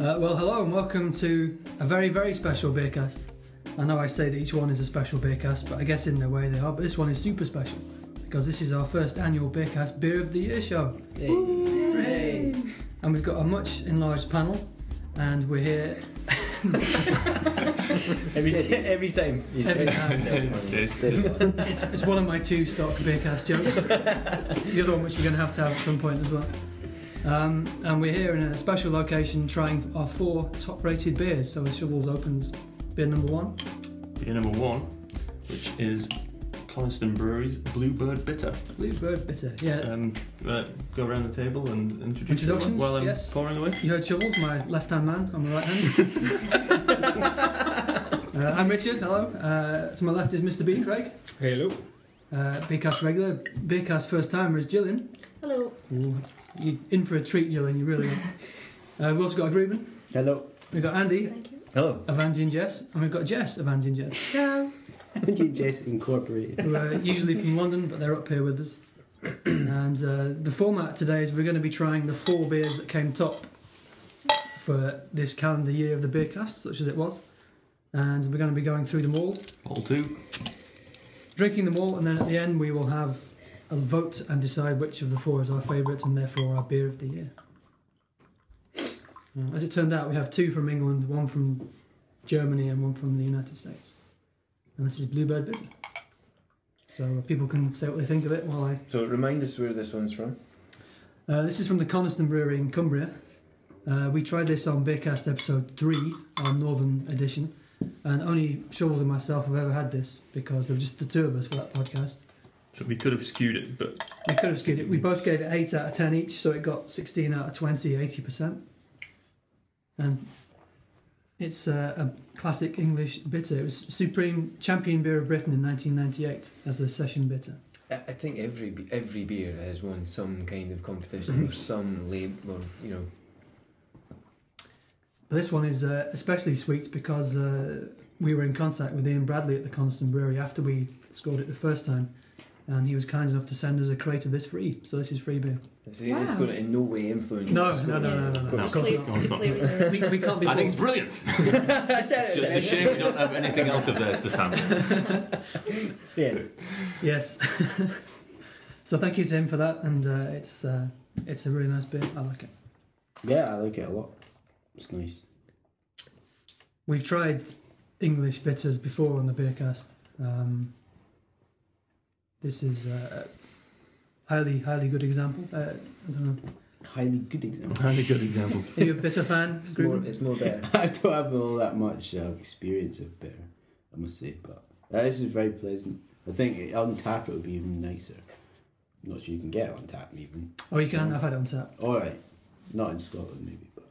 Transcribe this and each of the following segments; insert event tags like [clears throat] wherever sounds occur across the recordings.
Uh, well, hello and welcome to a very, very special Beercast. I know I say that each one is a special Beercast, but I guess in their way they are. But this one is super special because this is our first annual Beercast Beer of the Year show. Hooray! And we've got a much enlarged panel, and we're here Every, [laughs] every time. You say- every time. It's just it's, it's one of my two stock Beercast jokes. the other one, which we're going to have to have at some point as well. Um, and we're here in a special location trying our four top rated beers. So, Shovels opens beer number one. beer number one, which is Coniston Brewery's Bluebird Bitter. Bluebird Bitter. Yeah. Um, right, go around the table and introduce Introductions, yourself while I'm yes. pouring away. You heard Shovels, my left hand man. I'm the right hand. uh, I'm Richard. Hello. Uh, to my left is Mr. B. Craig. Hello. Uh, Beercast regular. Beercast first timer is Gillian. Hello. You in for a treat, Gillian? You really are. Uh, we've also got Ruben. Hello. We've got Andy, Thank you. Hello. Avanji and Jess, and we've got Jess, Avanji and Jess, Hello. Andy and Jess Incorporated. who are usually from London, but they're up here with us. [clears throat] And uh, the format today is we're going to be trying the four beers that came top for this calendar year of the beer cast, such as it was. And we're going to be going through them all, All two. drinking them all, and then at the end we will have a vote and decide which of the four is our favourite and therefore our beer of the year. Uh, as it turned out, we have two from England, one from Germany, and one from the United States. And this is Bluebird Bitter. So uh, people can say what they think of it while I. So remind us where this one's from. Uh, this is from the Coniston Brewery in Cumbria. Uh, we tried this on Beercast episode 3, our northern edition, and only Shovels and myself have ever had this because there were just the two of us for that podcast. So we could have skewed it, but We could have skewed it. We both gave it 8 out of 10 each, so it got 16 out of 20, 80%. And it's a, a classic English bitter. It was Supreme Champion Beer of Britain in 1998 as a session bitter. I I think every be- every beer has won some kind [laughs] of competition or some label, you know. But this one is uh, especially sweet because uh, we were in contact with Ian Bradley at the Coniston Brewery after we scored it the first time. And he was kind enough to send us a crate of this free. So this is free beer. It's, it's Wow. going to in no way influence. No, the score. no, no, no, no, no. No, Of course Clear- not. it's not. [laughs] clear- We, we can't be I think bought. it's brilliant. [laughs] It's just a shame we don't have anything else of theirs to sample. [laughs] Yeah. Yes. [laughs] so thank you to him for that, and uh, it's uh, it's a really nice beer. I like it. Yeah, I like it a lot. It's nice. We've tried English bitters before on the Beercast. Um, this is uh, a highly highly good example. Uh, I don't know. Highly good example. That's a good example. Are you a bitter [laughs] fan? It's more, Ruben? it's more better. [laughs] I don't have all that much uh, experience of bitter, I must say, but uh, this is very pleasant. I think on tap it would be even nicer. Not sure you can get it on tap even. Oh, you can. I've had it on tap. All right, not in Scotland maybe, but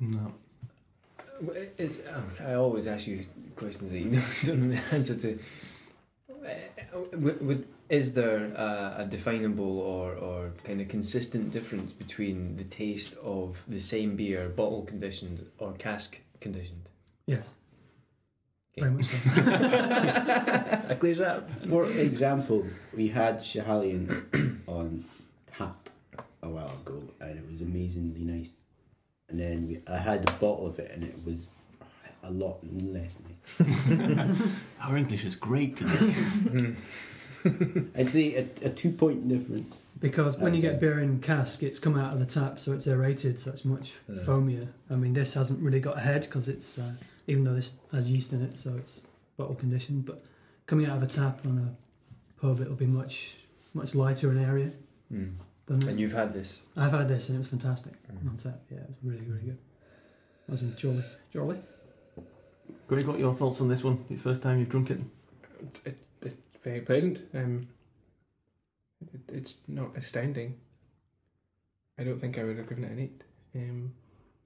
No. [laughs] Well, it- It's, oh, I always ask you questions that you [laughs] know- don't know the answer to. Uh, would- would- Is there a, a definable or, or kind of consistent difference between the taste of the same beer, bottle conditioned or cask conditioned? Yes. Okay. Very much so. [laughs] that clears that up. for example, we had Shehalian [coughs] on tap a while ago, and it was amazingly nice. And then we, I had a bottle of it, and it was a lot less nice. Our English is great today. I'd say a, a two point difference. Because when you Okay. get beer in cask, it's come out of the tap, so it's aerated, so it's much Yeah. foamier. I mean, this hasn't really got a head because it's, uh, even though this has yeast in it, so it's bottle conditioned. But coming out of a tap on a pub, it'll be much, much lighter in area Mm. than And this. you've had this. I've had this and it was fantastic Mm. on tap. Yeah, it was really, really good. Wasn't it jolly, jolly? Greg, what are your thoughts on this one? The first time you've drunk it? [laughs] very pleasant. Um, it, it's not astounding. I don't think I would have given it an eight. Um,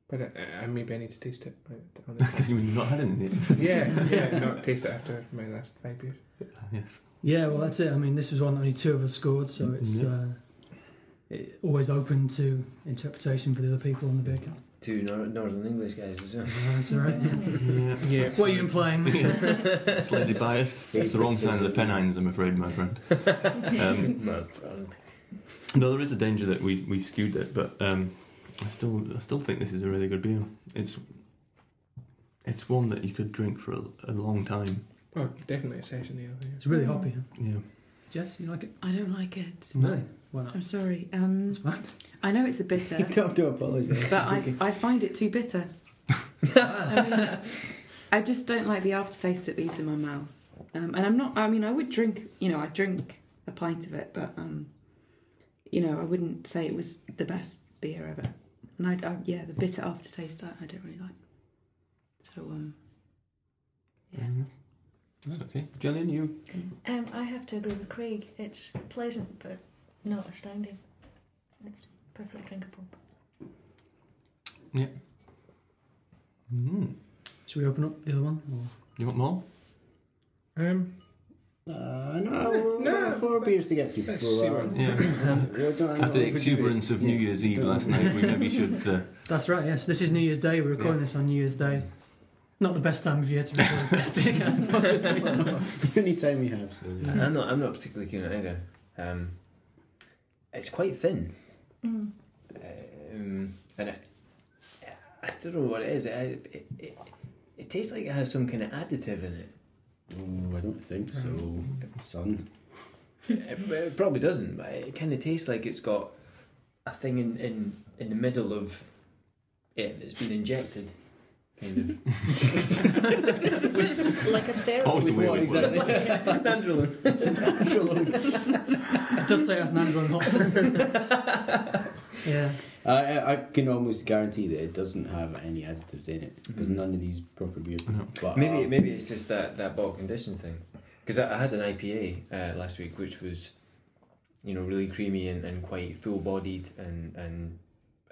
but I, I, maybe I need to taste it. right, on the- Because you've not had any of it. yeah, [laughs] yeah, not taste it after my last five beers. Yes. Mm-hmm. Yeah, well, that's it. I mean, this was one that only two of us scored, so it's Yeah. uh, It, Always open to interpretation for the other people on the beer [laughs] cast. two nor- Northern English guys as well. That's all right. That's- Yeah. Yeah. What are you implying? [laughs] Slightly [laughs] [laughs] biased. It's the wrong side of the Pennines, I'm afraid, my friend. Um, My friend. No, there is a danger that we, we skewed it, but um, I still I still think this is a really good beer. It's it's one that you could drink for a, a long time. Oh, definitely a session ale. Yeah. It's really hoppy. huh? Yeah, Jess, you like it? I don't like it. no, Why not? I'm sorry. Um, It's [laughs] fine. I know it's a bitter, [laughs] You don't have to apologise. but I, I find it too bitter. [laughs] I, mean, I just don't like the aftertaste it leaves in my mouth. Um, and I'm not. I mean, I would drink. You know, I drink a pint of it, but um, you know, I wouldn't say it was the best beer ever. And I, I yeah, the bitter aftertaste I, I don't really like. So um, yeah. That's okay. Gillian, you Um, I have to agree with Craig. It's pleasant, but not astounding. It's perfectly drinkable. mm. Should we open up the other one? Or you want more? Um, Uh, no, we're, No, we're four beers to get to. let's We're, see uh, what- Yeah. [laughs] we're done. After the exuberance of New Yes. Year's Eve last night, we maybe should. Uh, That's right. Yes, this is New Year's Day. We're recording this on New Year's Day. Not the best time of year to record a beer cast. [laughs] The only time we have. So. I'm not. I'm not particularly keen on it either. Um, it's quite thin, Mm. um, and I, I don't know what it is. It, it, it, it tastes like it has some kind of additive in it. Oh, I don't think so, son. [laughs] It, it probably doesn't, but it kind of tastes like it's got a thing in, in in the middle of it that's been injected. Kind Like a [laughs] steroid. always a With weird what word. exactly? of Mandrelin. [laughs] It does say that's Nandro and Hobson. [laughs] yeah. I, I, I can almost guarantee that it doesn't have any additives in it because Mhm. none of these proper beers. Mm-hmm. No. But, Maybe um, maybe it's just that that bottle condition thing. Because I, I had an IPA uh, last week, which was, you know, really creamy and, and quite full bodied and and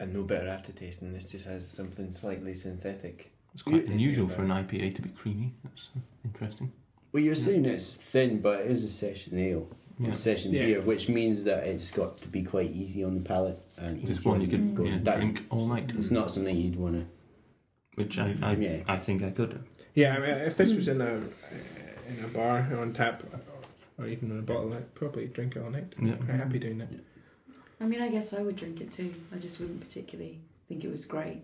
and no bitter aftertaste. And this just has something slightly synthetic. It's quite unusual for an IPA to be creamy. That's uh, interesting. Well, you're saying it's thin, but it is a session ale, Yeah. a session Yeah. beer, which means that it's got to be quite easy on the palate and It's easy one you on- could goes yeah, down. drink all night, It's not something you'd want [laughs] to. which I I, Yeah. I think I could. yeah. I mean, if this was in a in a bar or on tap, or even in a bottle, I'd probably drink it all night. Yeah. I'm happy doing that. I mean, I guess I would drink it too. I just wouldn't particularly think it was great.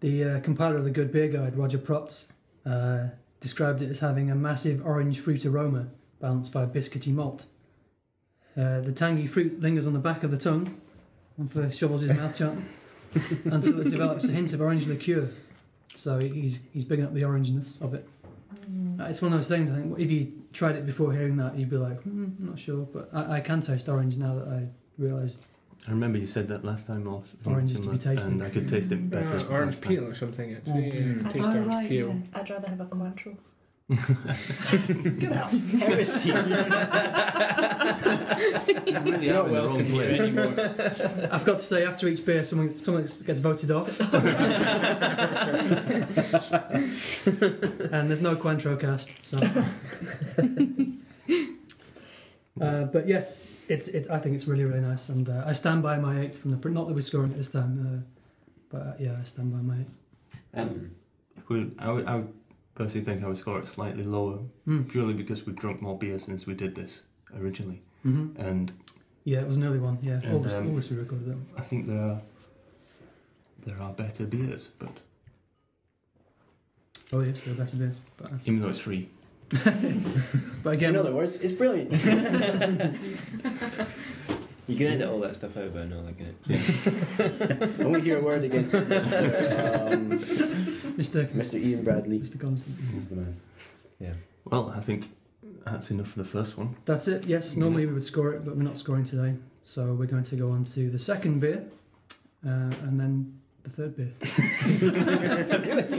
The uh, compiler of the Good Beer Guide, Roger Protz, uh, described it as having a massive orange fruit aroma balanced by biscuity malt. Uh, the tangy fruit lingers on the back of the tongue, and for shovels his mouth shut until it develops a hint of orange liqueur. So he's he's bigging up the orangeness of it. Mm. Uh, It's one of those things. I think if you tried it before hearing that, you'd be like, hmm, I'm not sure, but I, I can taste orange now that I realised. I remember you said that last time off. Orange is to be tasted. And I could taste it better. Mm-hmm. Uh, orange last time. peel or something. Actually, yeah, Mm. Oh, taste orange peel. I'd rather have a Cointreau. [laughs] Get out! Heresy! You really You're are not in the wrong welcome here place. anymore. I've got to say, after each beer, someone someone gets voted off, and there's no Cointreau cast. So, uh, but yes, it's it's. I think it's really really nice, and uh, I stand by my eight from the print. Not that we're scoring it this time, uh, but uh, yeah, I stand by my eight. Um, well, I would, I would personally think I would score it slightly lower, Mm. purely because we've drunk more beer since we did this originally. hmm And Yeah, it was an early one. Yeah, Mm-hmm. And, August, um, August we recorded that. One. I think there are there are better beers, but Oh yes, there are better beers, but, [laughs] that's- [laughs] even though it's free, but again, In other words, it's [laughs] brilliant. You can [laughs] edit all that stuff out, but I'm not liking it. I want to hear a word against Mr. Um, Mr. Mr. Ian Bradley. Mr. Constant. He's the man. [laughs] well, I think that's enough for the first one. That's it, yes. Normally we would score it, but we're not scoring today. So we're going to go on to the second beer uh, and then the third beer.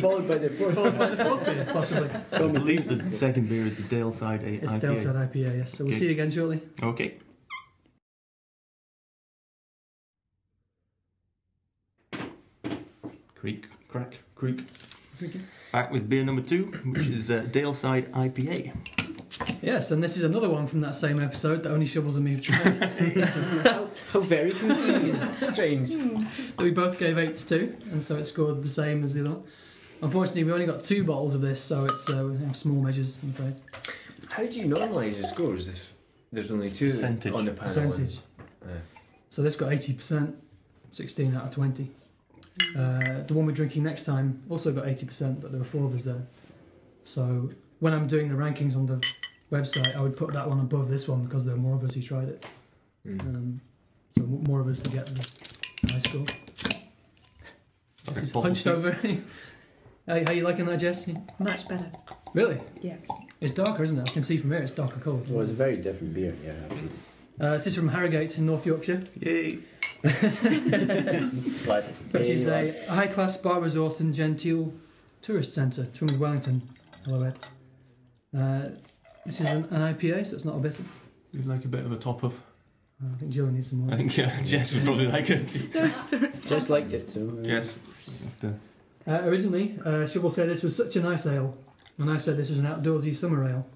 Followed by the fourth. Followed by the fourth beer, possibly. I believe the second beer is the Daleside A- It's IPA. Daleside IPA, yes. So we'll Okay. see you again shortly. Okay. Creak, crack, creak. Back with beer number two, which is uh, Daleside IPA. Yes, and this is another one from that same episode that only shovels and me have [laughs] tried. [laughs] How very convenient. Strange. that we both gave eights to, and so it scored the same as the other one. Unfortunately, we only got two bottles of this, so it's uh, we have small measures, I'm afraid. How do you normalise the scores if there's only It's two percentage. on the panel? Percentage. Yeah. So this got 80%, 16 out of 20. Uh, the one we're drinking next time also got 80%, but there were four of us there. So when I'm doing the rankings on the website, I would put that one above this one because there were more of us who tried it. Mm. Um, so m- more of us to get the high score. Like Jess is bottle hunched soup. over. [laughs] how, how you liking that, Jess? Much better. Really? Yeah. It's darker, isn't it? I can see from here it's darker colour. Well, it's a very different beer, yeah, absolutely. Uh, this is from Harrogate in North Yorkshire, Yay! Blood. which is a high class spa resort and genteel tourist centre, Twin with Wellington. Hello, Ed. Uh, this is an, an IPA, so it's not a bitter. You'd like a bit of a top up. Uh, I think Jill needs some more. [laughs] I think uh, Jess would probably like it. [laughs] Just liked it, so. uh, [laughs] Yes. Uh, originally, uh, Shovel said this was such a nice ale, and I said this was an outdoorsy summer ale.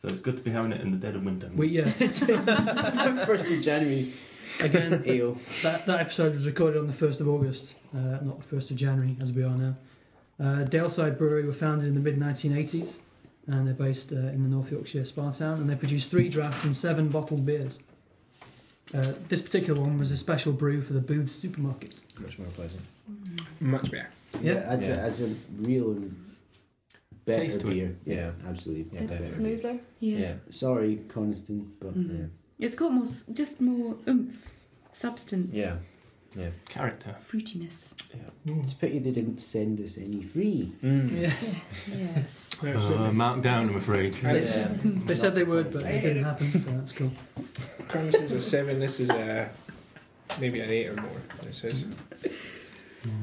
So it's good to be having it in the dead of winter. We, yes, 1st of January, again, ale. that, that episode was recorded on the 1st of August, uh, not the 1st of January as we are now. Uh, Daleside Brewery were founded in the mid 1980s and they're based uh, in the North Yorkshire spa town and they produce three draughts and seven bottled beers. Uh, this particular one was a special brew for the Booth supermarket. Much more pleasant. Much better. Yeah. Yeah, that's, Yeah. A, that's a real better Taste to it. beer. Yeah, Yeah. absolutely. Yeah, it's definitely. smoother. Yeah. Yeah. Sorry, Constant, but Mm-hmm. Mm. It's got more, s- just more oomph, substance, Yeah. Character. fruitiness. it's a pity they didn't send us any free. Mm. [laughs] Yes. Yes. No, it's- Uh, marked down, I'm afraid. Yeah. They said they would, but it didn't happen, so that's cool. Currency's a seven. This is a maybe an eight or more. This is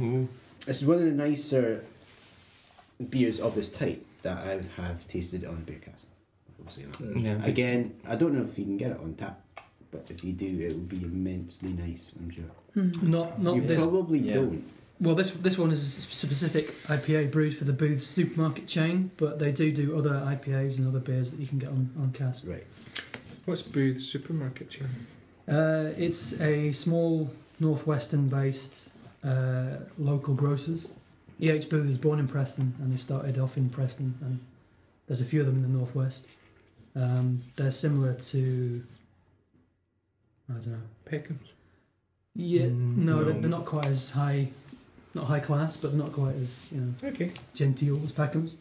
Ooh. It's one of the nicer beers of this type that I have tasted on Beercast. I'll say that. Mm. Yeah. Again, I don't know if you can get it on tap, but if you do, it will be immensely nice, I'm sure. Hmm. Not not you this. probably yeah. don't. Well, this this one is a specific IPA brewed for the Booth supermarket chain, but they do do other IPAs and other beers that you can get on on cask. Right. what's Booth supermarket chain? Uh, it's a small northwestern-based uh, local grocers. E.H. Booth was born in Preston, and they started off in Preston, and there's a few of them in the northwest. Um, they're similar to, I don't know. Peckham's. Yeah, Mm, no, no. They're, they're not quite as high, not high class, but they're not quite as you know Okay. genteel as Peckham's.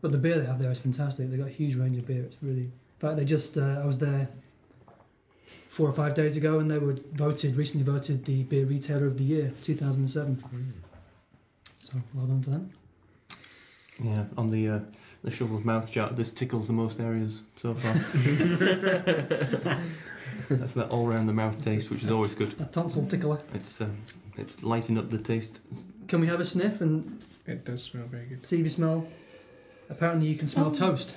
But the beer they have there is fantastic. They've got a huge range of beer. It's really. In fact, they just. Uh, I was there four or five days ago and they were voted, recently voted, the Beer Retailer of the Year 2007. Mm. So well done for them. Yeah, on the uh, the shovel's mouth chart, this tickles the most areas so far. That's that all round the mouth taste, which is always good. A tonsil tickler. It's um, it's lighting up the taste. Can we have a sniff and It does smell very good. see if you smell? Apparently, you can smell Oh. toast.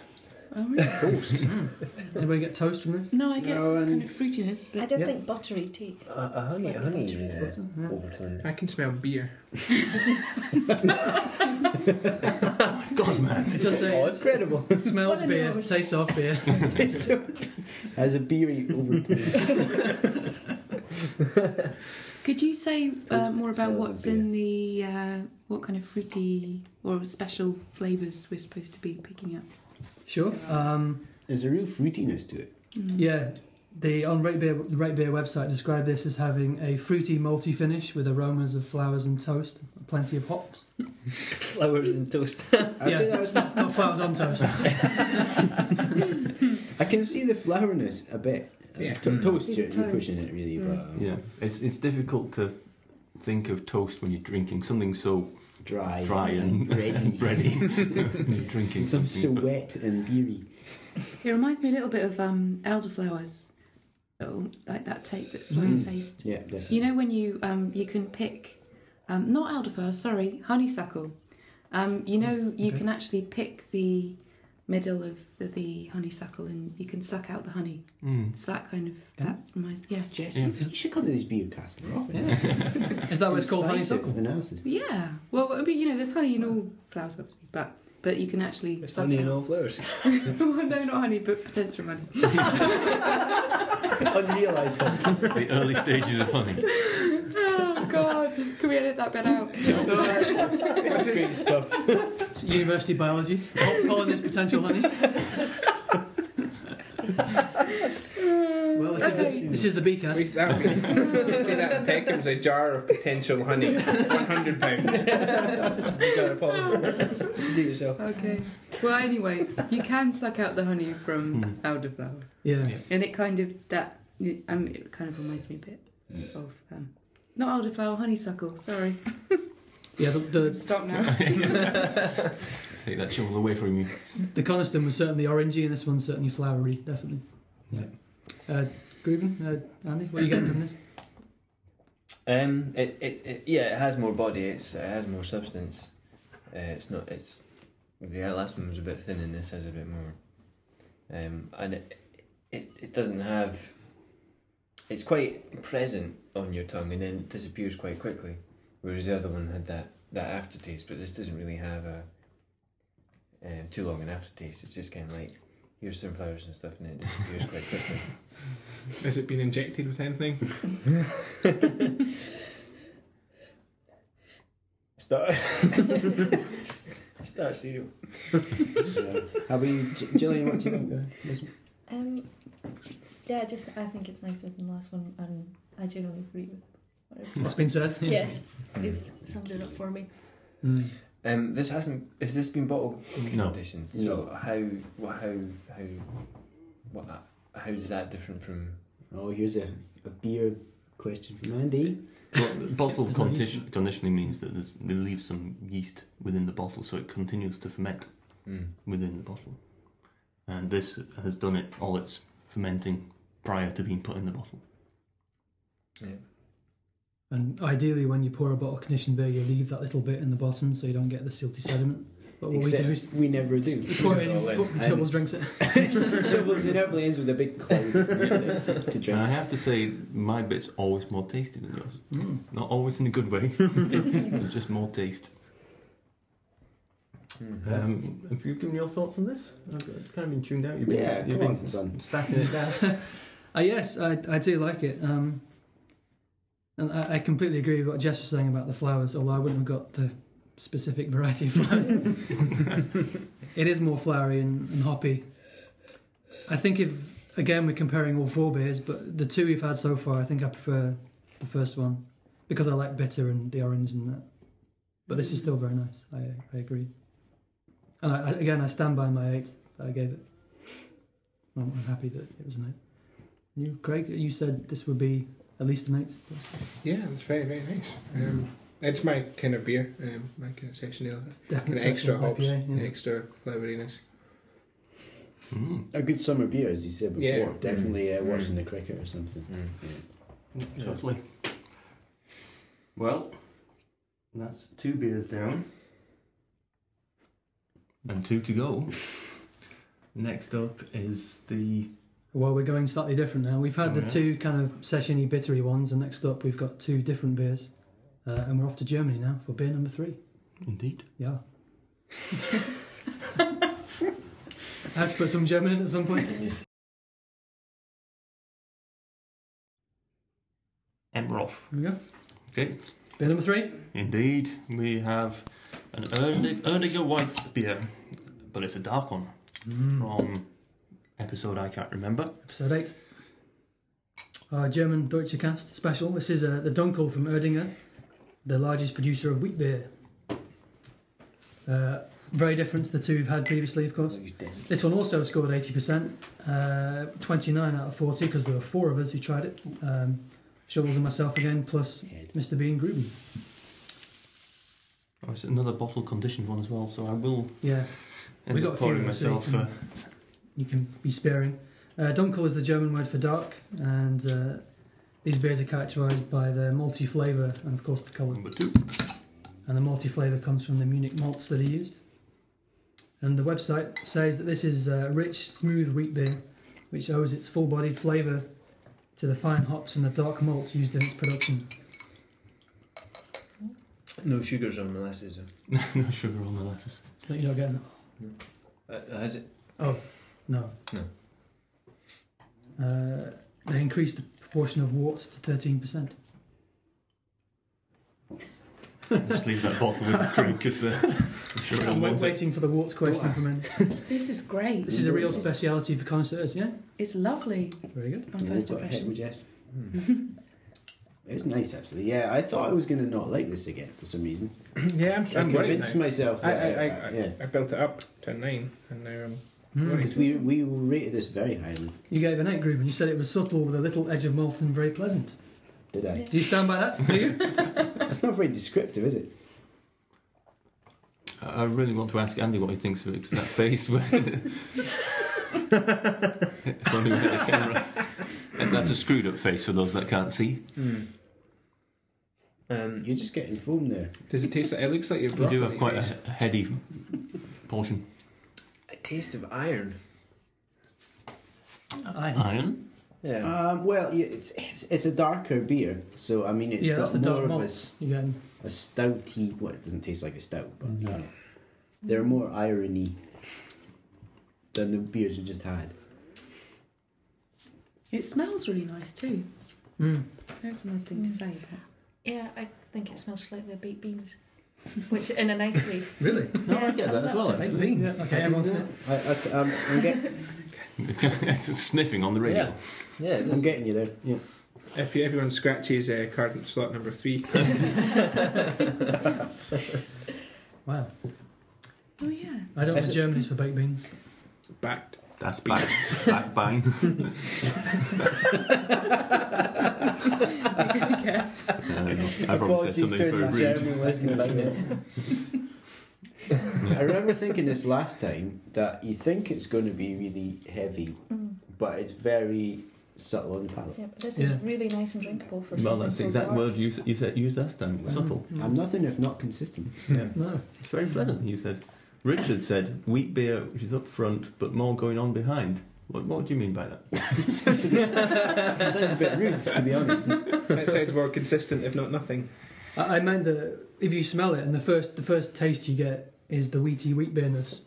Oh, really? Toast. [laughs] Anybody get toast from this? No, I get No, and- [laughs] kind of fruitiness, I but don't Yeah. think buttery tea. A a Uh, honey, a Slightly honey buttery. uh, Butter? Yeah. [laughs] overtone. I can smell beer. God, man! It does say it Incredible. smells What an beer, enormous- tastes of beer. [laughs] As a beery [laughs] overtone. could you say uh, Toast more about smells of what's in the uh, what kind of fruity or special flavours we're supposed to be picking up? Sure. Um, There's a real fruitiness to it. Mm. Yeah, the on Rate Beer, the Rate Beer website described this as having a fruity, malty finish with aromas of flowers and toast, plenty of hops. uh, [laughs] Flowers and toast. I'd Yeah. say that was Not flowers on toast. [laughs] I can see the floweriness a bit. Yeah. To- toast, you're, you're Hmm. Toast. Hmm. pushing it really, but um, Yeah, it's it's difficult to think of toast when you're drinking something so dry, dry [laughs] and, [laughs] bready. and bready. when you're [laughs] drinking Some so something, but wet and beery. It reminds me a little bit of um, elderflowers, oh, like that take that slight Mm. taste. Yeah, definitely. You know when you um, you can pick, um, not elderflower, sorry, honeysuckle. Um, you know you Oh, okay. can actually pick the middle of the, the honeysuckle and you can suck out the honey. Mm. It's that kind of Yeah. that reminds yeah Jesse, Yeah. you should come to these beer casts more often. Yeah. Is that what it's called? Incisive Honeysuckle. Analysis. yeah. Well, but you know there's honey in all flowers obviously, but but you can actually It's suck honey it and out. all flowers. [laughs] well, [laughs] no, not honey, but potential honey. Unrealised. the early stages of honey. [laughs] oh God, can we edit that bit out? Great stuff. It's university biology. Call- Calling this potential honey. well, [laughs] this is, Okay. the, this is the We, BCast. that would- see that in Peckham's a jar of potential honey, one hundred [laughs] pound. Jar of pollen. Do yourself. Okay. Well, anyway, you can suck out the honey from elderflower, Yeah. Yeah. and it kind of that um, it kind of reminds me a bit of um, not elderflower, honeysuckle. Sorry, Yeah, the, the, [laughs] stop now. [laughs] Take that shovel away from you. the Coniston was certainly orangey and this one's certainly flowery, definitely. Yeah. Uh, Greben, uh, Andy, what are you getting from this? Um, it, it, it yeah, it has more body. It's it has more substance. Uh, it's not. It's the last one was a bit thin, and this has a bit more. Um, and it, it it doesn't have. It's quite present on your tongue, and then it disappears quite quickly. Whereas the other one had that that aftertaste, but this doesn't really have a. Um, too long an aftertaste. It's just kind of like here's some flowers and stuff, and then it disappears quite quickly. Has it been injected with anything? Star. Star cereal. Yeah. How about you, J- Gillian? What do you think? Um, yeah, just I think it's nicer than the last one, and I generally agree with whatever. What's been said? yes, you've summed it up for me. Mm. Um, this hasn't. Has this been bottle No. conditioned? So how? What? How? How? What? How is that different from? Oh, here's a, a beer question from Andy. But bottle There's no condition, conditioning means that there's, they leave some yeast within the bottle, so it continues to ferment Mm. within the bottle. And this has done it all its fermenting prior to being put in the bottle. And ideally, when you pour a bottle of conditioned beer, you leave that little bit in the bottom so you don't get the silty sediment. But what we do is we [laughs] never do. we pour it in, All in. and Shovels drinks it. [laughs] Shovels inevitably ends with a big cloud to And I Uh-huh. drink. have to say, my bit's always more tasty than yours. Mm. Not always in a good [laughs] way, It's just more taste. Um, have you given your thoughts on this? I've got- kind of been tuned out. You've been, Yeah, come you've been on, s- son. statting it down. [laughs] Uh, yes, I, I do like it. Um, and I, I completely agree with what Jess was saying about the flowers, although I wouldn't have got the specific variety of flowers. [laughs] it is more flowery and, and hoppy. I think if, again, we're comparing all four beers, but the two we've had so far, I think I prefer the first one because I like bitter and the orange and that. But this is still very nice. I, I agree. And I, I- again, I stand by my eight that I gave it. I'm, I'm happy that it was an eight. You, Craig, you said this would be at least an eight. Yeah, it's very very nice. Um, it's my kind of beer, um, my kind of session ale. It's definitely An extra sectional hops, IPA, yeah. extra flavouriness. Mm. A good summer beer, as you said before. Yeah. Definitely Mm-hmm. uh, Mm. watching the cricket or something. Mm. Um, Totally. Well, that's two beers down. And two to go. Next up is the. Well, we're going slightly different now. We've had Oh, the yeah? two kind of sessiony, bittery ones, and next up we've got two different beers, uh, and we're off to Germany now for beer number three. Indeed. Yeah. I had to put some German in at some point. And we're off. Here we go. Okay. Beer number three. Indeed, we have an Erdig- Erdinger White beer, but it's a dark one from episode I can't remember. Episode eight. Our German Deutsche Cast special. This is uh, the Dunkel from Erdinger, the largest producer of wheat beer. Uh, very different to the two we've had previously, of course. This one also scored 80%, uh, 29 out of 40, because there were four of us who tried it. Um, Shovels and myself again, plus Head. Mr. Bean Gruben. Oh, it's another bottle conditioned one as well, so I will Yeah, end We got up a few pouring of them, so you myself can- uh, you can be sparing. Uh, Dunkel is the German word for dark, and uh, these beers are characterised by their multi flavour and, of course, the colour. number two. and the multi flavour comes from the Munich malts that are used. And the website says that this is a rich, smooth wheat beer, which owes its full bodied flavour to the fine hops and the dark malt used in its production. Perfect. No sugars or molasses. no [laughs] sugar or molasses. So you're not getting that. Uh, has it? No. No. Uh, they increased the proportion of warts to thirteen [laughs] percent. Just leave that bottle with Craig because uh, I'm sure he'll I'm wait- want it. waiting for the warts question Don't for a minute. This is great. This is a real This speciality for connoisseurs, yeah? It's lovely Very good. on We've first got a hit with impressions. Jess. Hmm. [laughs] It's nice actually. Yeah, I thought I was going to not like this again for some reason. [clears throat] yeah, I'm, I I'm worried now. convinced myself. I, That uh, I, I, yeah. I, I built it up to a nine, and now I'm Mm. Because we, we rated this very highly, You gave an eight group and you said it was subtle with a little edge of malt and very pleasant. did I? Do you stand by that? Do [laughs] you? That's not very descriptive, is it? I [laughs] I really want to ask Andy what he thinks of it because that face where. [laughs] if only we had a camera. And that's a screwed up face for those that can't see. Hmm. Um, You're just getting foam there. Does it taste like it looks like you're We do have quite a, a heady portion. a taste of iron. Aye. Iron? Ah. Yeah. Um, well, yeah, it's, it's it's a darker beer, so I mean, it's yeah, that's got the more dark of a, malt. s- You're getting. a stouty. Well, it doesn't taste like a stout, but you know, they're more irony than the beers we just had. It smells really nice too. Mm. That's an odd thing to say. But... Yeah, I think it smells slightly of baked beans, [laughs] which in a nice way. Really? No, I get that as well. Baked Actually. beans. Okay, everyone's it. I, I, I'm, I'm, [laughs] get, [laughs] it's sniffing on the radio. Yeah. Yeah. it I'm is. getting you there. Yeah. If you- everyone scratches uh, card slot number three, [laughs] Wow. Oh yeah. I don't know Is what it- Germany's for baked beans. backed. That's back, back [laughs] [laughs] bang. No, no, I probably said Apologies Um, something to very the rude. German listener out there. [laughs] I remember thinking this last time that you think it's going to be really heavy, Mm. but it's very subtle on the palate. Yeah, but this Yeah. is really nice and drinkable for Well, something that's the so exact dark. word you, s- you said, used last time. Subtle. Mm. I'm nothing if not consistent. No. It's very pleasant, you said. Richard said, wheat beer, which is up front, but more going on behind. What, what do you mean by that? sounds, a bit, sounds a bit rude, to be honest. That sounds more consistent, if not nothing. I, I meant that if you smell it and the first the first taste you get is the wheaty wheat beerness,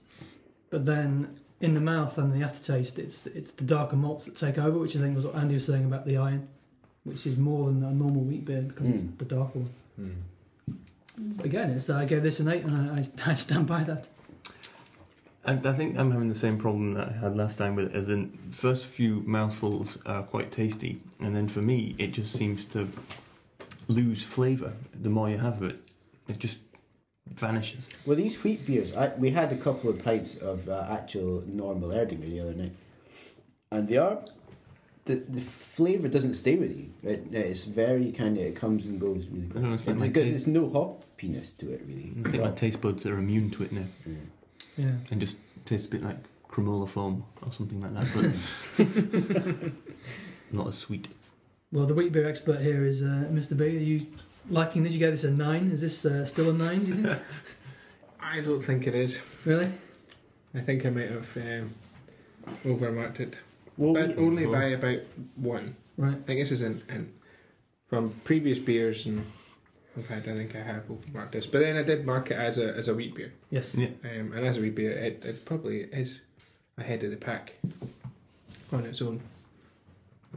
but then in the mouth and the aftertaste, it's it's the darker malts that take over, which I think was what Andy was saying about the iron, which is more than a normal wheat beer because it's Mm. the darker one. Mm. Mm. But again, it's I gave this an eight, and I, [laughs] I, I stand by that. And I think I'm having the same problem that I had last time with it, as in, first few mouthfuls are quite tasty, and then for me, it just seems to lose flavour the more you have of it. It just vanishes. Well, these wheat beers, I, we had a couple of pints of uh, actual normal Erdinger the other night, and they are the the flavour doesn't stay with you. It, it's very kind of it comes and goes really I don't quick. understand my because taste. it's no hoppiness to it really. I think my But- taste buds are immune to it now yeah. Yeah. and just tastes a bit like cremola foam or something like that, but [laughs] [laughs] not as sweet. Well, the wheat beer expert here is uh, Mr. B. Are you liking this? You gave this a nine. Is this uh, still a nine? Do you think? I don't think it is. really? I think I might have um, overmarked it, Well, but we- only by about one. Right. I think this is an, an from previous beers, and in fact, I think I have overmarked this. But then I did mark it as a as a wheat beer, Yes. Yeah. um, and as a wheat beer, it, it probably is ahead of the pack on its own.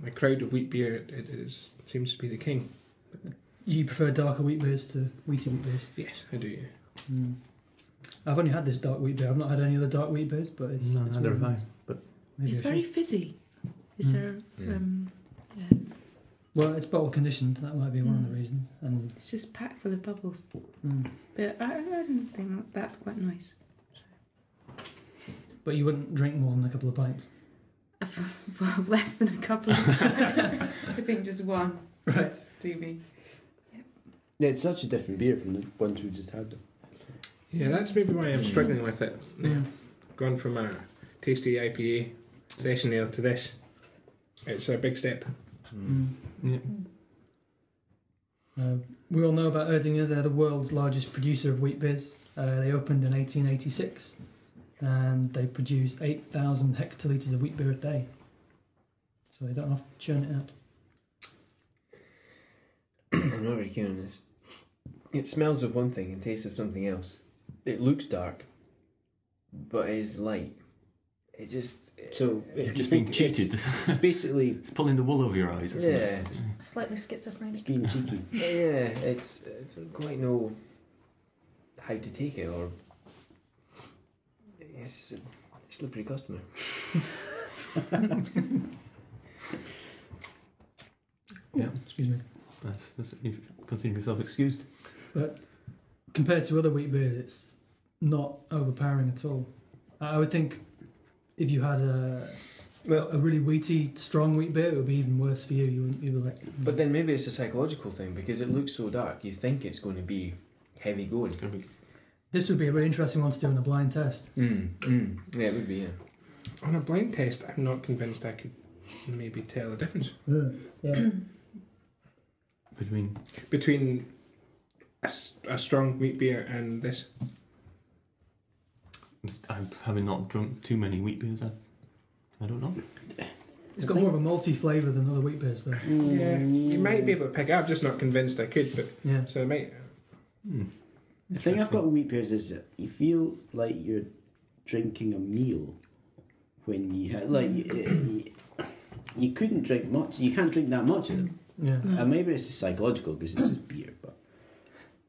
In a crowd of wheat beer, it, it is, seems to be the king. You prefer darker wheat beers to wheaty wheat beers. Yes, I do. yeah. Mm. I've only had this dark wheat beer. I've not had any other dark wheat beers, but it's No, it's neither one of have I. those. Maybe It's I should. very fizzy. Is Mm. there? Yeah. Um, yeah. well. It's bottle conditioned. That might be one of the Mm. reasons. And It's just packed full of bubbles. mm. But I, I don't think that- that's quite nice. [laughs] but you wouldn't drink more than a couple of pints. well, less than a couple. [laughs] I think just one. Right. Do me. yeah, it's such a different beer from the ones we just had. Though. Yeah, that's maybe why I'm struggling with it. now. Yeah. Gone from a tasty IPA session ale to this. It's a big step. Mm. Yeah. Uh, we all know about Erdinger. They're the world's largest producer of wheat beers. Uh, they opened in 1886, and they produce 8,000 hectolitres of wheat beer a day. So they don't have to churn it out. [clears throat] I'm not very keen on this. It smells of one thing and tastes of something else. It looks dark, but is light. It just So You've just been cheated. It's basically [laughs] It's pulling the wool over your eyes, isn't yeah, it? it's- [laughs] Slightly it's schizophrenic. being cheeky. yeah. It's I don't quite know how to take it or it's a slippery customer. Yeah, excuse me. That's, that's, you consider yourself excused. compared to other wheat beers, it's not overpowering at all. I I would think if you had a Well- a really wheaty, strong wheat beer, it would be even worse for you. You wouldn't you'd be like, But then maybe it's a psychological thing because it looks so dark. You think it's going to be heavy going. this would be a really interesting one to do in a blind test. Hmm, Mm, mm. Yeah, it would be. Yeah. On a blind test, I'm not convinced I could maybe tell the difference Yeah. Between between a, s- a strong wheat beer and this. I'm, having not drunk too many wheat beers, I, I don't know. It's got more of a malty flavour than other wheat beers, though. Yeah, you might be able to pick it up. Just not convinced I could, but Yeah. so I might. Hmm. The thing I've got with wheat beers is that you feel like you're drinking a meal when you had like you, you, eh, you couldn't drink much. You can't drink that much of it. Yeah. And maybe it's just psychological because it's just beer, but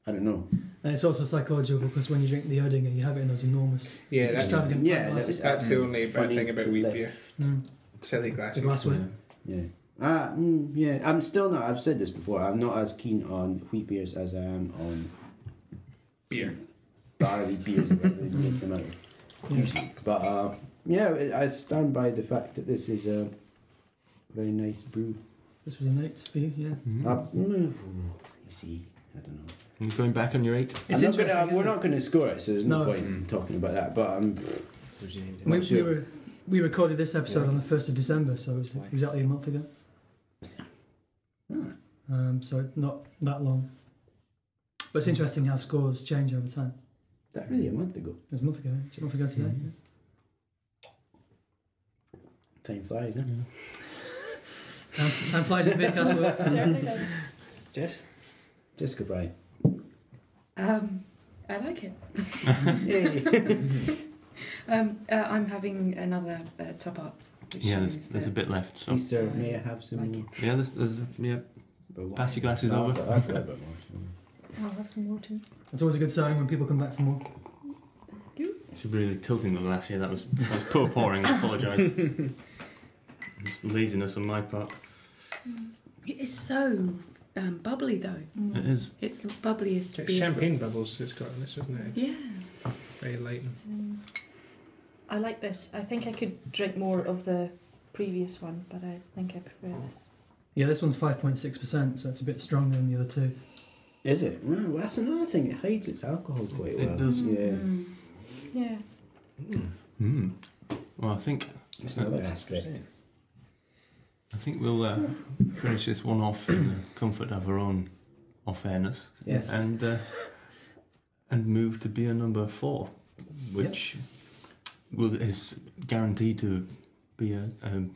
I don't know. And it's also psychological because when you drink the Erdinger, you have it in those enormous, Yeah, that's extravagant yeah, pint that glasses. was- that's the only bad Funny thing about to wheat lift. beer. Mm. Silly The glasses. glass went. Yeah. Uh, mm, yeah, I'm still not. I've said this before. I'm not as keen on wheat beers as I am on Beer. barley beers. whatever they make them out of, usually. But uh, yeah, I I stand by the fact that this is a very nice brew. This was an eight for you, yeah. Mm-hmm. Uh, mm, you see, I don't know. You're going back on your eight. It's I'm not gonna, uh, interesting, we're isn't it? Uh, not going to score it, so there's no, No. point in talking about that. But um, Would you name it? We, Not sure. we, were, we recorded this episode on the 1st of December, so it was Why? exactly a month ago. Hmm. Um, so not that long. But it's interesting how scores change over time. that really a month ago. It was a month ago, a month ago today. yeah. Time flies, huh? Time, time flies at Beercast World. [laughs] Certainly does. Jess? Jessica Bryant. Um, I like it. Yay. [laughs] Um, uh, I'm having another uh, top up. Which Yeah, there's, is there's a the- bit left. So Please, sir, may I have some Like more? yeah, there's, there's yeah. But why? Pass your glasses I'll- over. I'll have a bit more. I'll have some more too. It's always a good sign when people come back for more. Should be really tilting the glass here. That was, that was poor pouring. I [laughs] apologise. Just Laziness on my part. Mm. It is so um, bubbly though. It is. It's the bubbliest It's beer. champagne bubbles it's got in this, isn't it? It's Yeah. very light. and- Um, I like this. I think I could drink more of the previous one, but I think I prefer this. Yeah, this one's 5.6%, so it's a bit stronger than the other two. Is it? Well, that's another thing. It hides its alcohol quite It well. does. Yeah. Mm. Yeah. Hmm. Well, I think That's another That's aspect. interesting. I think we'll uh, finish this one off in the comfort of our own off airness. Yes. And uh, and move to beer number four, which will, is guaranteed to be a, um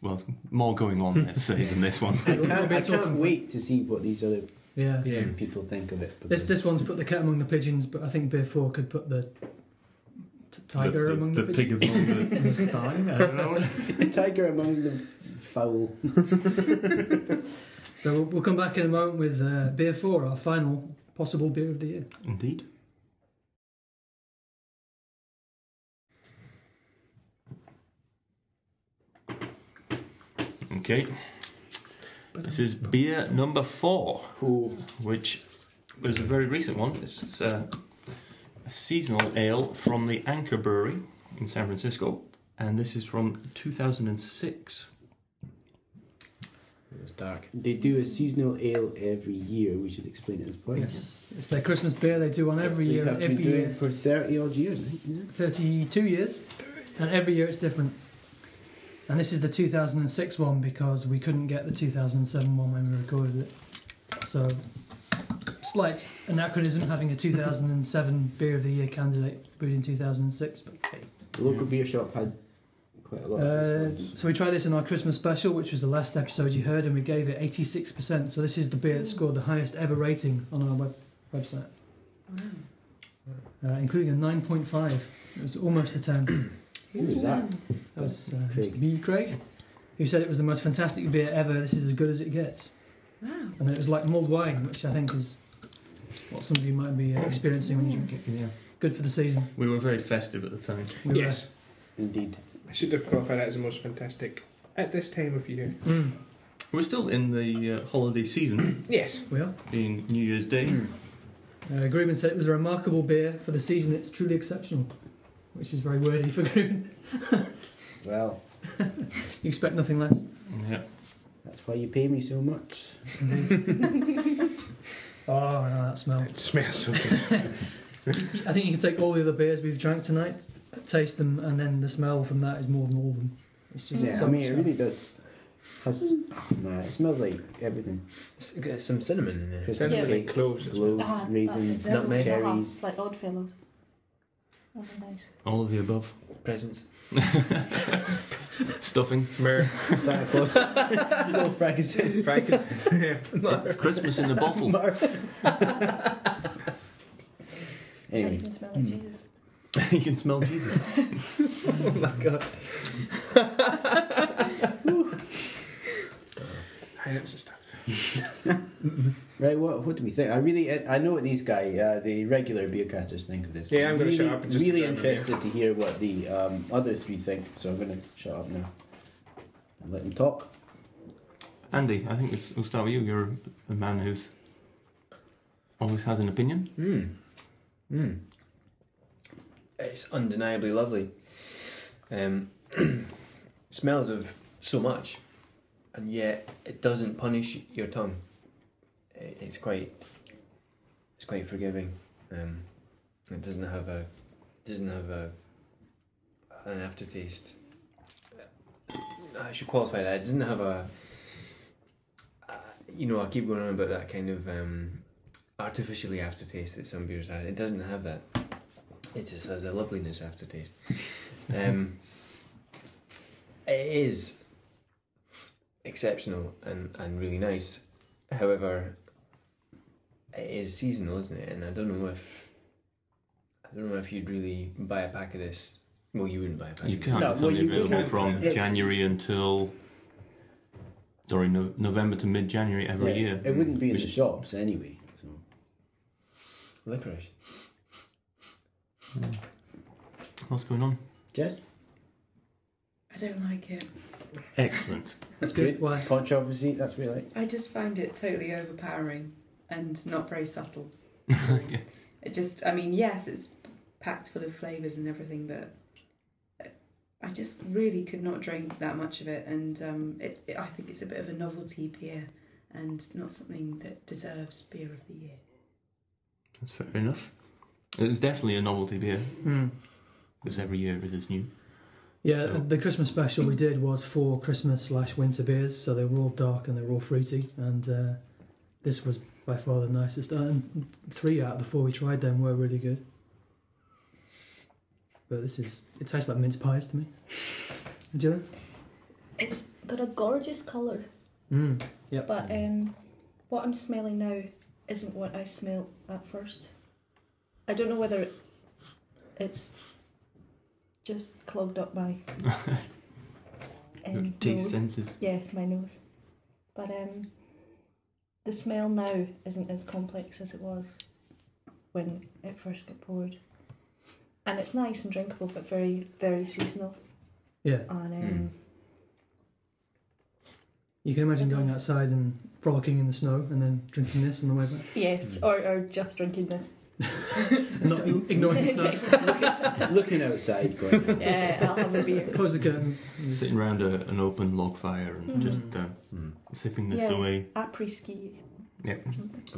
well more going on let's say than this [laughs] one. I We'll can't, be I talking- can't wait to see what these other Yeah. Yeah. people think of it. This because- this one's put the cat among the pigeons, but I think beer four could put the t- tiger the, among the, the pigeons. pig among the. [laughs] Starling, I uh, don't [laughs] know. the tiger among the fowl. So we'll- we'll come back in a moment with uh, beer four, our final possible beer of the year. Indeed. Okay. This is beer number four, which was a very recent one. It's uh, a seasonal ale from the Anchor Brewery in San Francisco, and this is from 2006. It was dark. They do a seasonal ale every year. We should explain it as part Yes, it's their Christmas beer they do one every Oh, They year. have been Every doing year, it for 30 odd years, I think. isn't it? thirty-two years, and every year it's different. And this is the 2006 one because we couldn't get the 2007 one when we recorded it. So, slight anachronism having a 2007 beer of the year candidate brewed in 2006, but hey, The local beer shop had quite a lot. of Uh, these ones. so we tried this in our Christmas special, which was the last episode you heard, and we gave it 86%. So this is the beer that scored the highest ever rating on our web- website, Wow. uh, including a 9.5. It was almost a 10. Who was that? That was uh, Craig. Mr. B. Craig, who said it was the most fantastic beer ever. This is as good as it gets. Wow. And then it was like mulled wine, which I think is what some of you might be uh, experiencing when you drink it. Yeah. Good for the season. We were very festive at the time. We were- Indeed. I should have qualified that as the most fantastic at this time of year. Mm, We're still in the uh, holiday season, Yes. we are. being New Year's Day. Uh, Grubin said it was a remarkable beer for the season. It's truly exceptional, which is very wordy for Grubin. Well, You expect nothing less. Yeah. that's why you pay me so much. Oh, no, that smell. It smells so good. I think you can take all the other beers we've drank tonight, taste them, and then the smell from that is more than all of them. It's just Yeah, so I mean, much it really does. Has, nah, it smells like everything. Let's get some cinnamon in there. Christmas Yeah. cake, cloves. gloves, Ah, that's raisins, exactly nutmeg. what I have. cherries. It's like odd fellows. That'd be nice. All of the above. [laughs] Presents. [laughs] Stuffing. Myrrh. [laughs] Santa Claus. [laughs] no frankincense. It's Christmas in a bottle. And [laughs] Anyway, Mm. you can smell like Jesus. [laughs] you can smell Jesus. Oh [laughs] High ups and stuff. right? What what do we think? I really I know what these guy uh, the regular beer casters think of this. Yeah, I'm gonna really, shut up and just really enjoy my beer. interested to hear what the um, other three think. So I'm gonna shut up now and let them talk. Andy, I think it's- we'll start with you. You're a man who's always has an opinion. Mmm. Mmm. It's undeniably lovely. Um, [clears throat] smells of so much, and yet it doesn't punish your tongue. I- It's quite, it's quite forgiving. Um, it doesn't have a, doesn't have a, an aftertaste. I should qualify that. It doesn't have a. Uh, you know, I keep going on about that kind of um, artificially aftertaste that some beers had. It doesn't have that. It just has a loveliness aftertaste. um, [laughs] it is exceptional and, and really nice. However, it is seasonal, isn't it? And I don't know if I don't know if you'd really buy a pack of this. Well, you wouldn't buy a pack. You of can't. this. No, it's well, only you- we available can't- from it's- January until. Sorry, no, November to mid January every Yeah, year. It wouldn't be in We the should- shops anyway. So Licorice. What's going on? Jess, I don't like it. Excellent. That's good. Why? controversy. That's what we like. I just find it totally overpowering and not very subtle. [laughs] Yeah. It just, I mean, yes, it's packed full of flavours and everything, but I just really could not drink that much of it. And um, it, it, I think it's a bit of a novelty beer and not something that deserves beer of the year. That's fair enough. It's definitely a novelty beer Mm. because every year it is new. Yeah, So- the Christmas special we did was for Christmas slash winter beers, so they were all dark and they were all fruity, and uh, this was by far the nicest. And three out of the four we tried then were really good. But this is it tastes like mince pies to me. [laughs] Dylan, It's got a gorgeous colour, mm. yep, but um, what I'm smelling now isn't what I smelled at first. I don't know whether it, it's just clogged up my [laughs] Your um, taste nose. senses. Yes, my nose. But um, the smell now isn't as complex as it was when it first got poured. And it's nice and drinkable, but very, very seasonal. yeah. And um, Hmm. You can imagine going outside and frolicking in the snow and then drinking this on the way back, yes, or, or just drinking this. not ignoring the snow. Looking outside, [laughs] going. [laughs] [laughs] yeah, I'll have a beer. [laughs] Close the curtains. Sitting around a, an open log fire and Mhm. Hmm. just uh, Mm. sipping this Yeah. away. Après ski.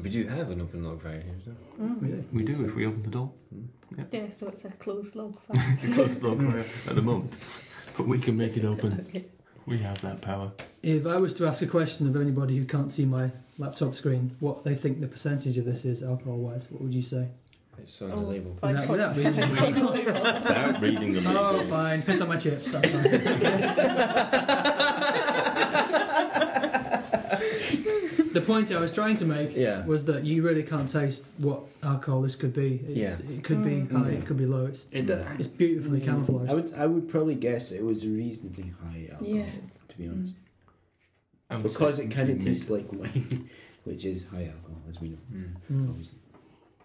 We do have an open log fire here. So. Mm. Yeah. We do if we open the door. Mm. Yeah, so it's a closed log fire. It's a closed log fire [laughs] at the moment, but we can make it open. [laughs] Okay. We have that power. If I was to ask a question of anybody who can't see my laptop screen, what they think the percentage of this is alcohol wise, what would you say? It's on the label. Oh, Five Without, point- without reading the label. Without [laughs] reading the Oh, label. fine. Piss on my chips. That's [laughs] fine. [laughs] [laughs] the point I was trying to make Yeah. was that you really can't taste what alcohol this could be. It's, It could be high, it could be low. It's, It does. it's beautifully I camouflaged. would I would probably guess it was reasonably high alcohol, Yeah. to be honest, I'm because it certain kind you of made tastes like wine, [laughs] which is high alcohol, as we know. Mm. Mm. Obviously,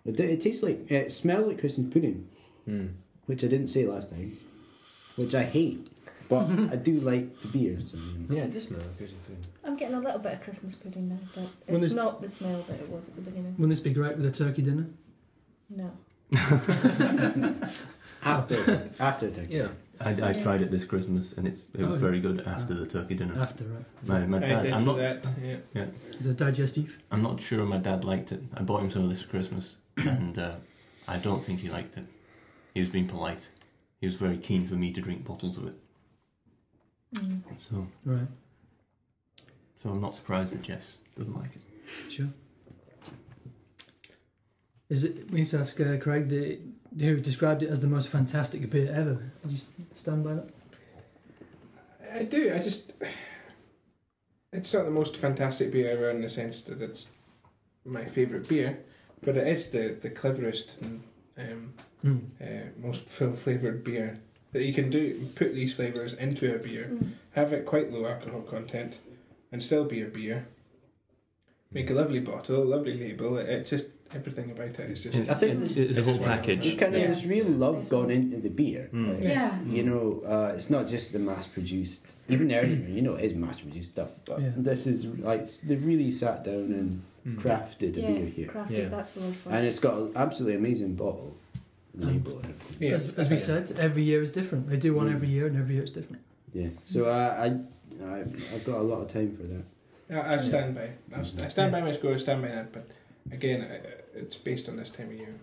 it, it tastes like it smells like Christmas pudding, Mm. which I didn't say last time, which I hate, but I do like the beer. So you know. Yeah, it does smell good. I think. I'm getting a little bit of Christmas pudding now, but When it's there's- not the smell that it was at the beginning. Wouldn't this be great with a turkey dinner? No. [laughs] after after the Yeah. I, I tried it this Christmas and it's it was Oh. very good after the turkey dinner. After, right? My, my I dad, did I'm do not that. Yeah. It's a digestive. I'm not sure my dad liked it. I bought him some of this for Christmas and uh, I don't think he liked it. He was being polite. He was very keen for me to drink bottles of it. Mm. So Right. so I'm not surprised that Jess doesn't like it. Sure. Is it? We need to ask uh, Craig, the, who described it as the most fantastic beer ever. Do you stand by that? I do. I just. It's not the most fantastic beer ever in the sense that it's my favourite beer, but it is the, the cleverest and um, Mm. uh, most full flavoured beer that you can do. Put these flavours into a beer, Mm. have it quite low alcohol content, and still be a beer. Make a lovely bottle, a lovely label. It, it's just everything about it is just. I think it's, it's a whole There's package. kind of Yeah. there's real love gone into the beer. Mm. Like, Yeah. You know, uh, it's not just the mass produced. Even earlier, you know, it is mass produced stuff. But Yeah. this is like they really sat down and Mm. Hmm. crafted a beer Yeah, here, crafty, Yeah. that's the word for and it. it's got an absolutely amazing bottle label. and everything. Yeah. As, as we said, every year is different. They do one Mm. every year, and every year it's different. Yeah. So I, I, I I've got a lot of time for that. I, I stand by. I, st- I stand by my score. I stand by that. But again, I- I, it's based on this time of year.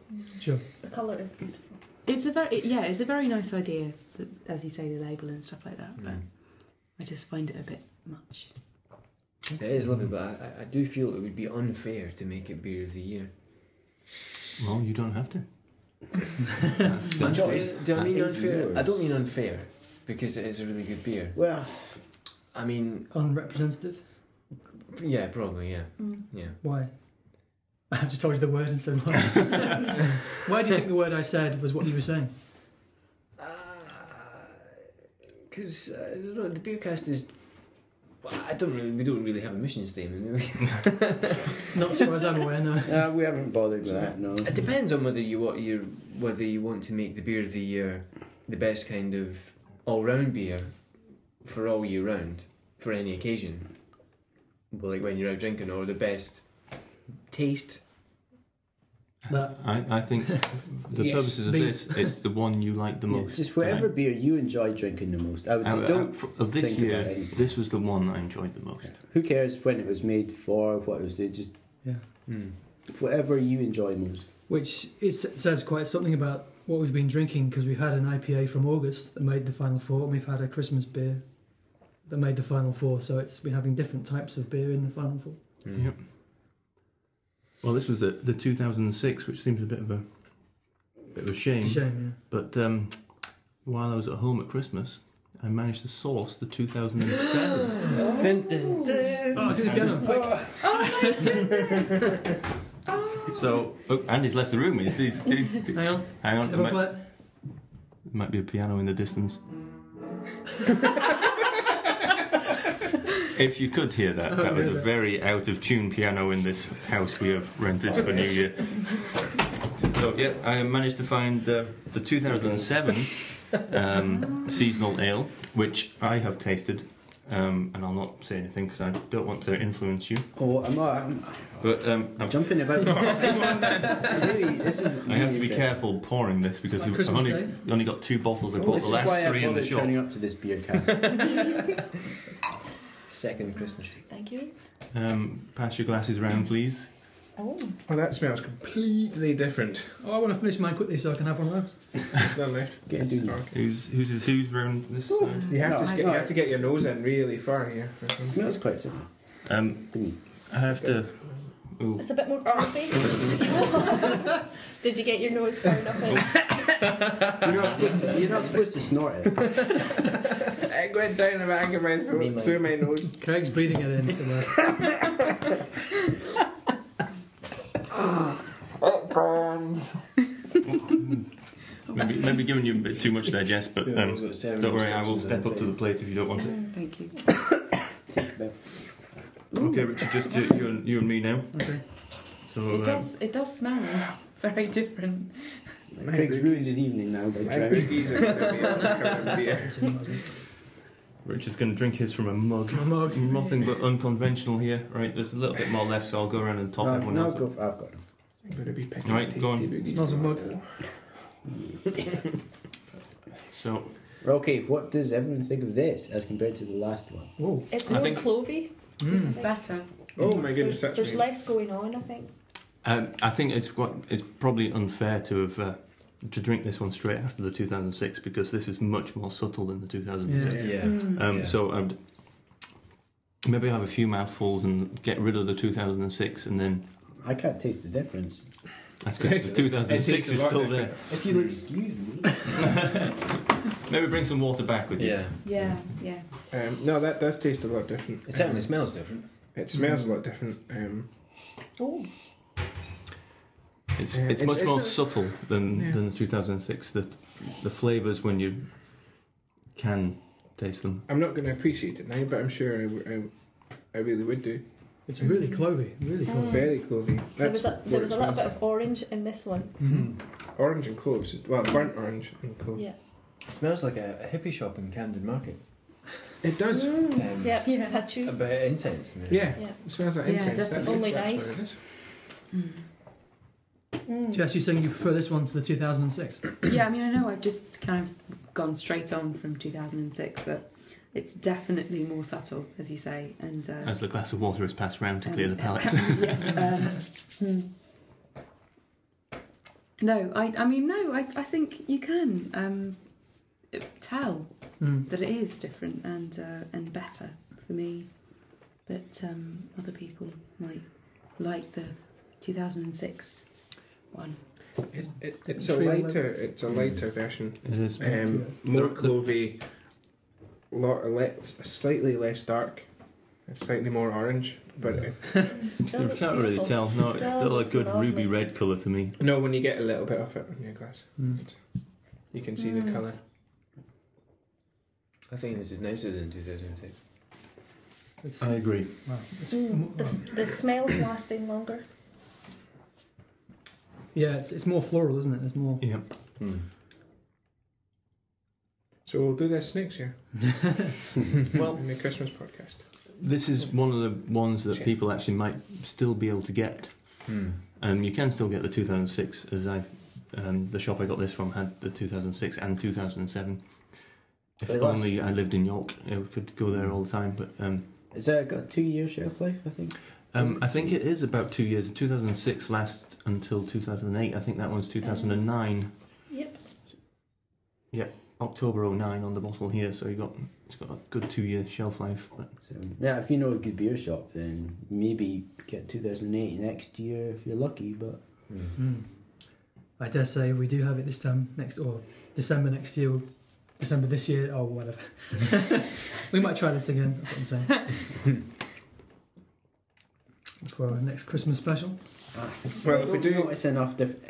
Sure. The colour is beautiful. It's a very yeah, it's a very nice idea, that, as you say, the label and stuff like that. But Hmm. I just find it a bit much. It is lovely, but I, I- I do feel it would be unfair to make it beer of the year. Well, you don't have to. That's- that's choice. it. Do I mean It's unfair? yours. I don't mean unfair because it is a really good beer. Well, I mean, Unrepresentative. yeah, probably, yeah, Mm. yeah. Why? [laughs] I've just told you the word and so much. [laughs] Why do you think the word I said was what you were saying? Because uh, I don't know, the beer cast is. I don't really. We don't really have a mission statement. do we? Not as far as I'm aware, no. uh, we haven't bothered with that. No. it depends on whether you want your whether you want to make the beer of the year the best kind of all round beer for all year round for any occasion. Well, like when you're out drinking, or the best taste. That I, I think the Yes. purposes of Bean. this it's the one you like the Yeah, most. just whatever beer you enjoy drinking the most. I would Out- say out- don't. fr- of this think year, about anything. this was the one I enjoyed the most. Who cares when it was made for? What it was doing? Just Yeah. Hmm. whatever you enjoy most. Which is, says quite something about what we've been drinking because we've had an IPA from August that made the final four, and we've had a Christmas beer that made the final four. So it's been having different types of beer in the final four. Mm. Yep. Well, this was the, the 2006, which seems a bit of a bit of a shame. It's a shame. But um, while I was at home at Christmas, I managed to source the 2007. Dun, dun, dun. Yeah. Oh, do the piano. so oh, Andy's left the room. He's, he's, he's- Hang on. hang on, there Everyone might, quiet. might be a piano in the distance. if you could hear that, that was a very out of tune piano in this house we have rented for New Year. So yeah, I managed to find uh, the 2007 um, seasonal ale, which I have tasted, um, and I'll not say anything because I don't want to influence you. Oh, I'm, I'm, But um, I've, jumping [laughs] about. really, this is. I have to be really careful pouring this because like I've Christmas only, Day. only got two bottles. I bought Oh, This the is last why three I in the bothered shop. turning up to this beer [laughs] cast. Second Christmas. Thank you. Um, pass your glasses round, please. Oh, Well, that smells completely different. Oh, I want to finish mine quickly so I can have one of those. Not left. Get a doodle. Okay. Who's who's is who's round this side? You have No, to get, you have to get your nose in really far here. Smells quite similar. Um, Didn't I have to. Ooh, it's a bit more earthy. Did you get your nose far enough in? You're not supposed to, you're not supposed to snort it. [laughs] it went down the back of my Me, throat mate. through my nose. Craig's breathing it in. Come on. Maybe, maybe giving you a bit too much there, Jess, but Yeah, I um, was gonna say, I don't worry, I remember will instructions step up to the and plate if you don't want it. Thank you. Okay, Richard, just you, you, and, you and me now. Okay. So, It uh, does. It does smell [laughs] very different. Craig's ruined his evening now by My driving. boogies are going to be on the cover of beer. Richard's going to drink his from a mug. A mug. [laughs] Nothing but unconventional here. Right, there's a little bit more left, so I'll go around and top No, everyone no, else. go for, I've got him. I'm going to be picking Right, tasty go on. boogies. Smells of mug. tomorrow. So, Well, okay, what does everyone think of this as compared to the last one? [laughs] Whoa. It's I more think- clovey. This Mm. is better. Oh my there's goodness, that's there's me. less going on, I think. um, I think it's quite, it's probably unfair to have uh, to drink this one straight after the 2006 because this is much more subtle than the 2006. Yeah. Mm. Um, Yeah. So I'd maybe have a few mouthfuls and get rid of the 2006, and then I can't taste the difference. that's because the [laughs] [laughs] It 2006 tastes a is lot still there. If you'll excuse me. Maybe bring some water back with you. Yeah. Yeah, yeah. Um, no, that does taste a lot different. Um, It certainly smells different. It smells a lot different. Um, Oh, It's, Yeah, it's it's- much it's more a- subtle than, Yeah. than the 2006. The the flavors when you can taste them. I'm not going to appreciate it now, but I'm sure I, w- I- I really would do. It's really clovey. Really clovey. Very clovey. Mm. there That's was a, there what was it a little smells bit of orange in this one. Mhm. like. orange and cloves. Well, burnt orange and cloves. Yeah. It smells like a, a hippie shop in Camden Market. It does. Mm. Um, Yeah, Yeah. A patchouli. bit of incense. In it. Yeah. Yeah. It smells like Yeah, incense. That's, definitely. that's Only what it is. Mm. Jess, you're saying you prefer this one to the 2006? yeah, I mean, I know I've just kind of gone straight on from 2006, but it's definitely more subtle, as you say. And uh, As the glass of water is passed round to clear the um, palate. [laughs] yes. Um, hmm. No, I, I mean, no, I, I think you can um, tell Mm. that it is different and uh, and better for me. But um, other people might like the 2006 one. It, Mm. it, it's a Trio lighter. It's a lighter version. it is. Um, more clovey. Lot le- slightly less dark. Slightly more orange, but uh, it, Still You looks can't really beautiful. tell. No, it's Still still a looks good lovely. ruby red colour to me. no, when you get a little bit of it on your glass, Mm. you can see the Mm. colour. I think this is nicer than 2006. It's, I agree. wow. It's- Mm, the, wow. the smell's lasting longer. Yeah, it's, it's more floral, isn't it? There's more. Yeah. [laughs] Hmm. So we'll do this next year [laughs] well, in the Christmas podcast. this is one of the ones that people actually might still be able to get. Hmm. Um, you can still get the 2006, as I, um, the shop I got this from had the 2006 and 2007. If They last. only I lived in York, I could go there all the time. But um, Is that got two year shelf life, I think? um, I think it is about two years. 2006 lasts until 2008. I think that one's 2009, Yep. October 09 on the bottle here. So you got it's got a good two year shelf life. But So, yeah, if you know a good beer shop, then maybe get 2008 next year if you're lucky, but. Hmm. Mm. I dare say we do have it this time next or December next year, December this year, or whatever. [laughs] we might try this again. That's what I'm saying. [laughs] For our next Christmas special, Well, ah, I if we don't do- know it's enough diff-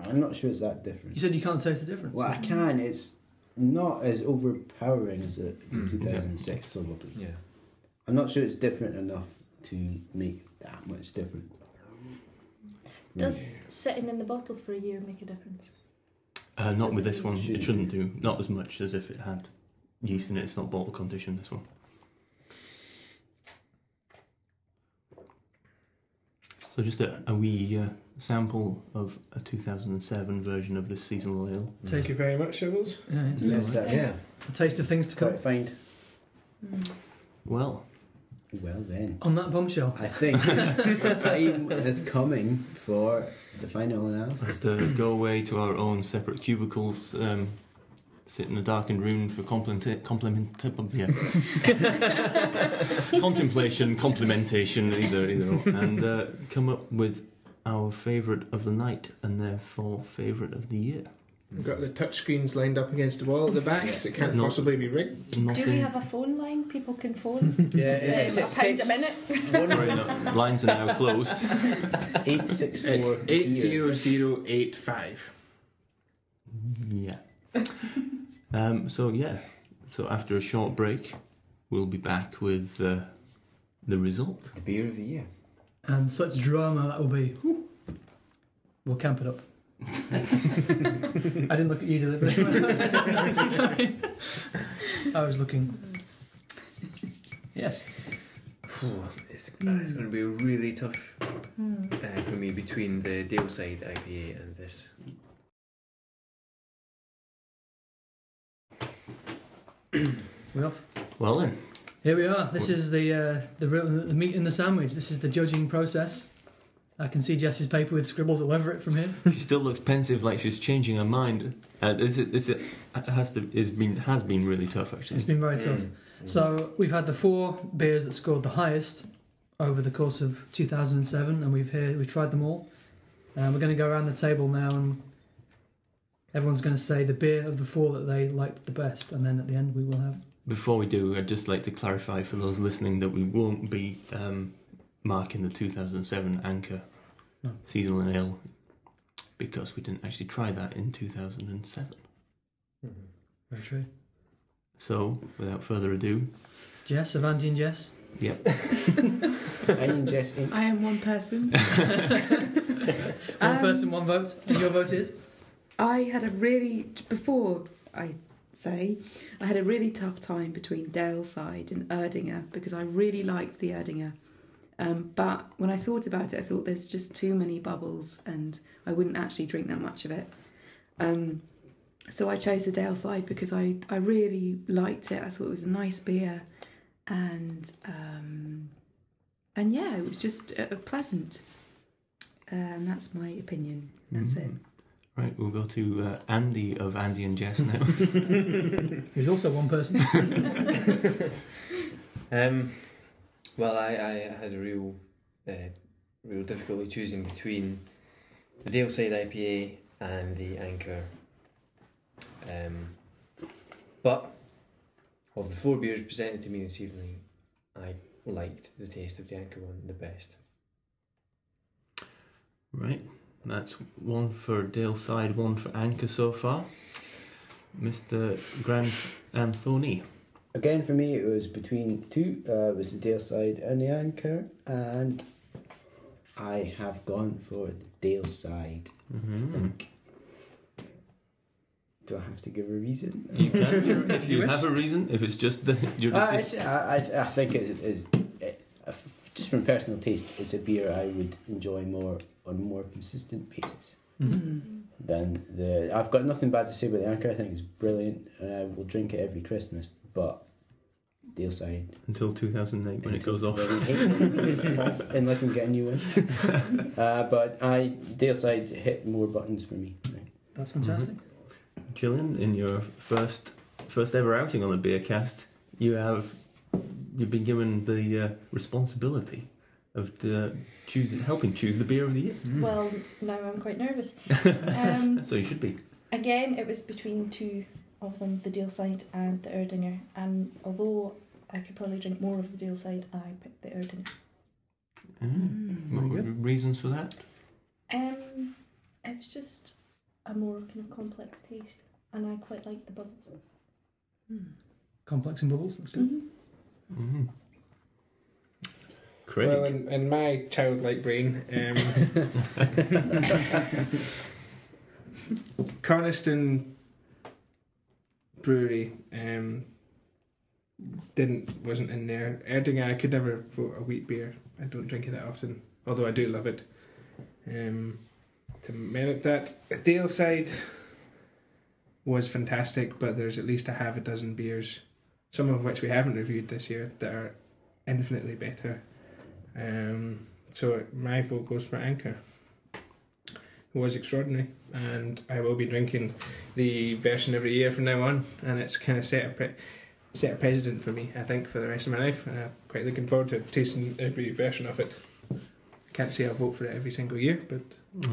I'm not sure it's that different. you said you can't taste the difference. Well, I can. It's not as overpowering as the Mm, 2006, probably. Yeah. I'm not sure it's different enough to make that much difference. Mm. Does sitting in the bottle for a year make a difference? uh, not with this one. It Shouldn't shouldn't do. Not as much as if it had yeast in it. It's not bottle conditioned. This one. So just a, a wee uh, sample of a 2007 version of this seasonal ale. Thank Taste, you very much, Shovels. yeah, it's Yes, that's Yeah. a taste of things to quite come. a find. Mm. Well, Well, then. On that bombshell, I think the time is coming for the final analysis. let's uh, go away to our own separate cubicles, um, sit in a darkened room for compliment, compliment, com- yeah. [laughs] contemplation, complimentation, either, either, or, and uh, come up with our favourite of the night and therefore favourite of the year. We've got the touchscreens lined up against the wall at the back, so it can't No. possibly be rigged. Nothing. Do we have a phone line? People [laughs] can phone. Yeah, Um, [laughs] a it's pound a minute. Sorry, no, lines are now [laughs] closed. Eight six four. It's eight here. zero zero eight five. Yeah. um, so yeah. So after a short break, we'll be back with uh, the result. The beer of the year. And such drama that will be. Whew. We'll camp it up. I didn't look at you deliberately. Sorry. [laughs] I was looking. Yes. Phew, it's uh, it's going to be really tough uh, for me between the Daleside IPA and this. We off. Well then, Here we are. This is the uh, the, real, the meat in the sandwich. This is the judging process. I can see Jess's paper with scribbles all over it from here. she still looks pensive, like she's changing her mind. Uh, this is, this is, it has to is been has been really tough actually. It's been very tough. So we've had the four beers that scored the highest over the course of 2007, and we've here we've tried them all. Um, we're going to go around the table now, and everyone's going to say the beer of the four that they liked the best, and then at the end we will have. Before we do, I'd just like to clarify for those listening that we won't be um, marking the 2007 Anchor No. seasonal and ale because we didn't actually try that in 2007. Very true. So, without further ado, Jess, Avanti, and [laughs] Jess. I mean, Jess, in- I am one person. One Um, person, one vote, and your vote is. I had a really before I say I had a really tough time between Daleside and Erdinger because I really liked the Erdinger, um, but when I thought about it, I thought there's just too many bubbles and I wouldn't actually drink that much of it. Um, so I chose the Daleside because I I really liked it. I thought it was a nice beer, and um, and yeah, it was just uh, pleasant. Uh, and that's my opinion. That's it. right, we'll go to uh, Andy of Andy and Jess now. There's also one person. Um, well, I, I had a real, uh, real difficulty choosing between the Daleside IPA and the Anchor. Um, but of the four beers presented to me this evening, I liked the taste of the Anchor one the best. right, that's one for Daleside, one for Anchor so far. Mr. Grand Anthony. again for me, it was between two. Uh, it was the Dale side and the anchor, and I have gone for the Dale side. I Mhm. think. Do I have to give a reason? You can, if you have a reason, if it's just [laughs] the, your Uh, it's- decision. I, I, I think it is it, uh, f- just from personal taste. It's a beer I would enjoy more on a more consistent basis than the. I've got nothing bad to say about the Anchor. I think it's brilliant, and I will drink it every Christmas. But Dale side until 2008 when it goes off. [laughs] unless I can get a new one. [laughs] uh, but I Dale side hit more buttons for me. [laughs] That's fantastic. Gillian, in your first first ever outing on the beer cast, you have you've been given the uh, responsibility of uh, choosing, helping choose the beer of the year. Hmm. Well, now I'm quite nervous. Um, [laughs] So you should be. Again, it was between two of them, the Deal side and the Erdinger. And although I could probably drink more of the Deal side, I picked the Erdinger. Mm. What were the reasons for that? Um, it was just a more kind of complex taste, and I quite like the bubbles. Mm-hmm. Complex and bubbles. That's [laughs] good. Mm. Craig. Well, in, in my childlike brain, um, Coniston Brewery um, didn't wasn't in there. Erdinger, I could never vote a wheat beer. I don't drink it that often, although I do love it. Um, to merit that, Daleside was fantastic, but there's at least a half a dozen beers, some of which we haven't reviewed this year, that are infinitely better. Um, so my vote goes for Anchor. It was extraordinary, and I will be drinking the version every year from now on, and it's kind of set a pre- set a precedent for me, I think, for the rest of my life. And I'm quite looking forward to tasting every version of it. Can't say I vote for it every single year, but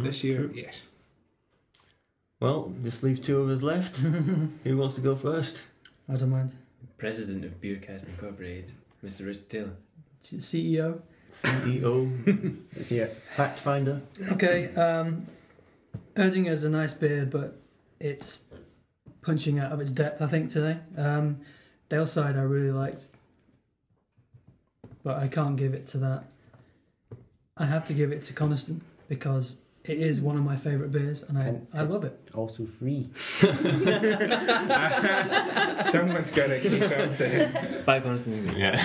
this year, yes. [laughs] Well, this leaves two of us left. Who wants to go first? I don't mind. President of Beercast Incorporated, Mr. Richard Taylor. CEO. [laughs] CEO. It's here. E Fact finder. Okay. Um, Erdinger's a nice beer, but it's punching out of its depth, I think, today. Um, Daleside, I really liked, but I can't give it to that. I have to give it to Coniston because it is one of my favourite beers, and I, And I love it. Also [laughs] free. Someone's got to keep up the Bye, Constantine. Yeah.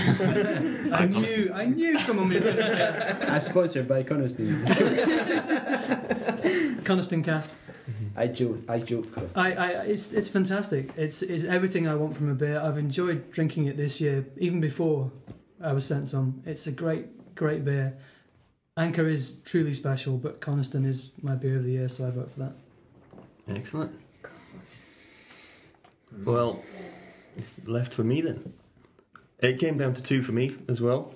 I knew, I knew someone was going to say that. As sponsored by Coniston. Coniston Cast. I joke. I joke. I, I, it's, it's fantastic. It's, it's everything I want from a beer. I've enjoyed drinking it this year, even before I was sent some. It's a great, great beer. Anchor is truly special, but Coniston is my beer of the year, so I vote for that. [laughs] Excellent. Well, it's left for me then. It came down to two for me as well.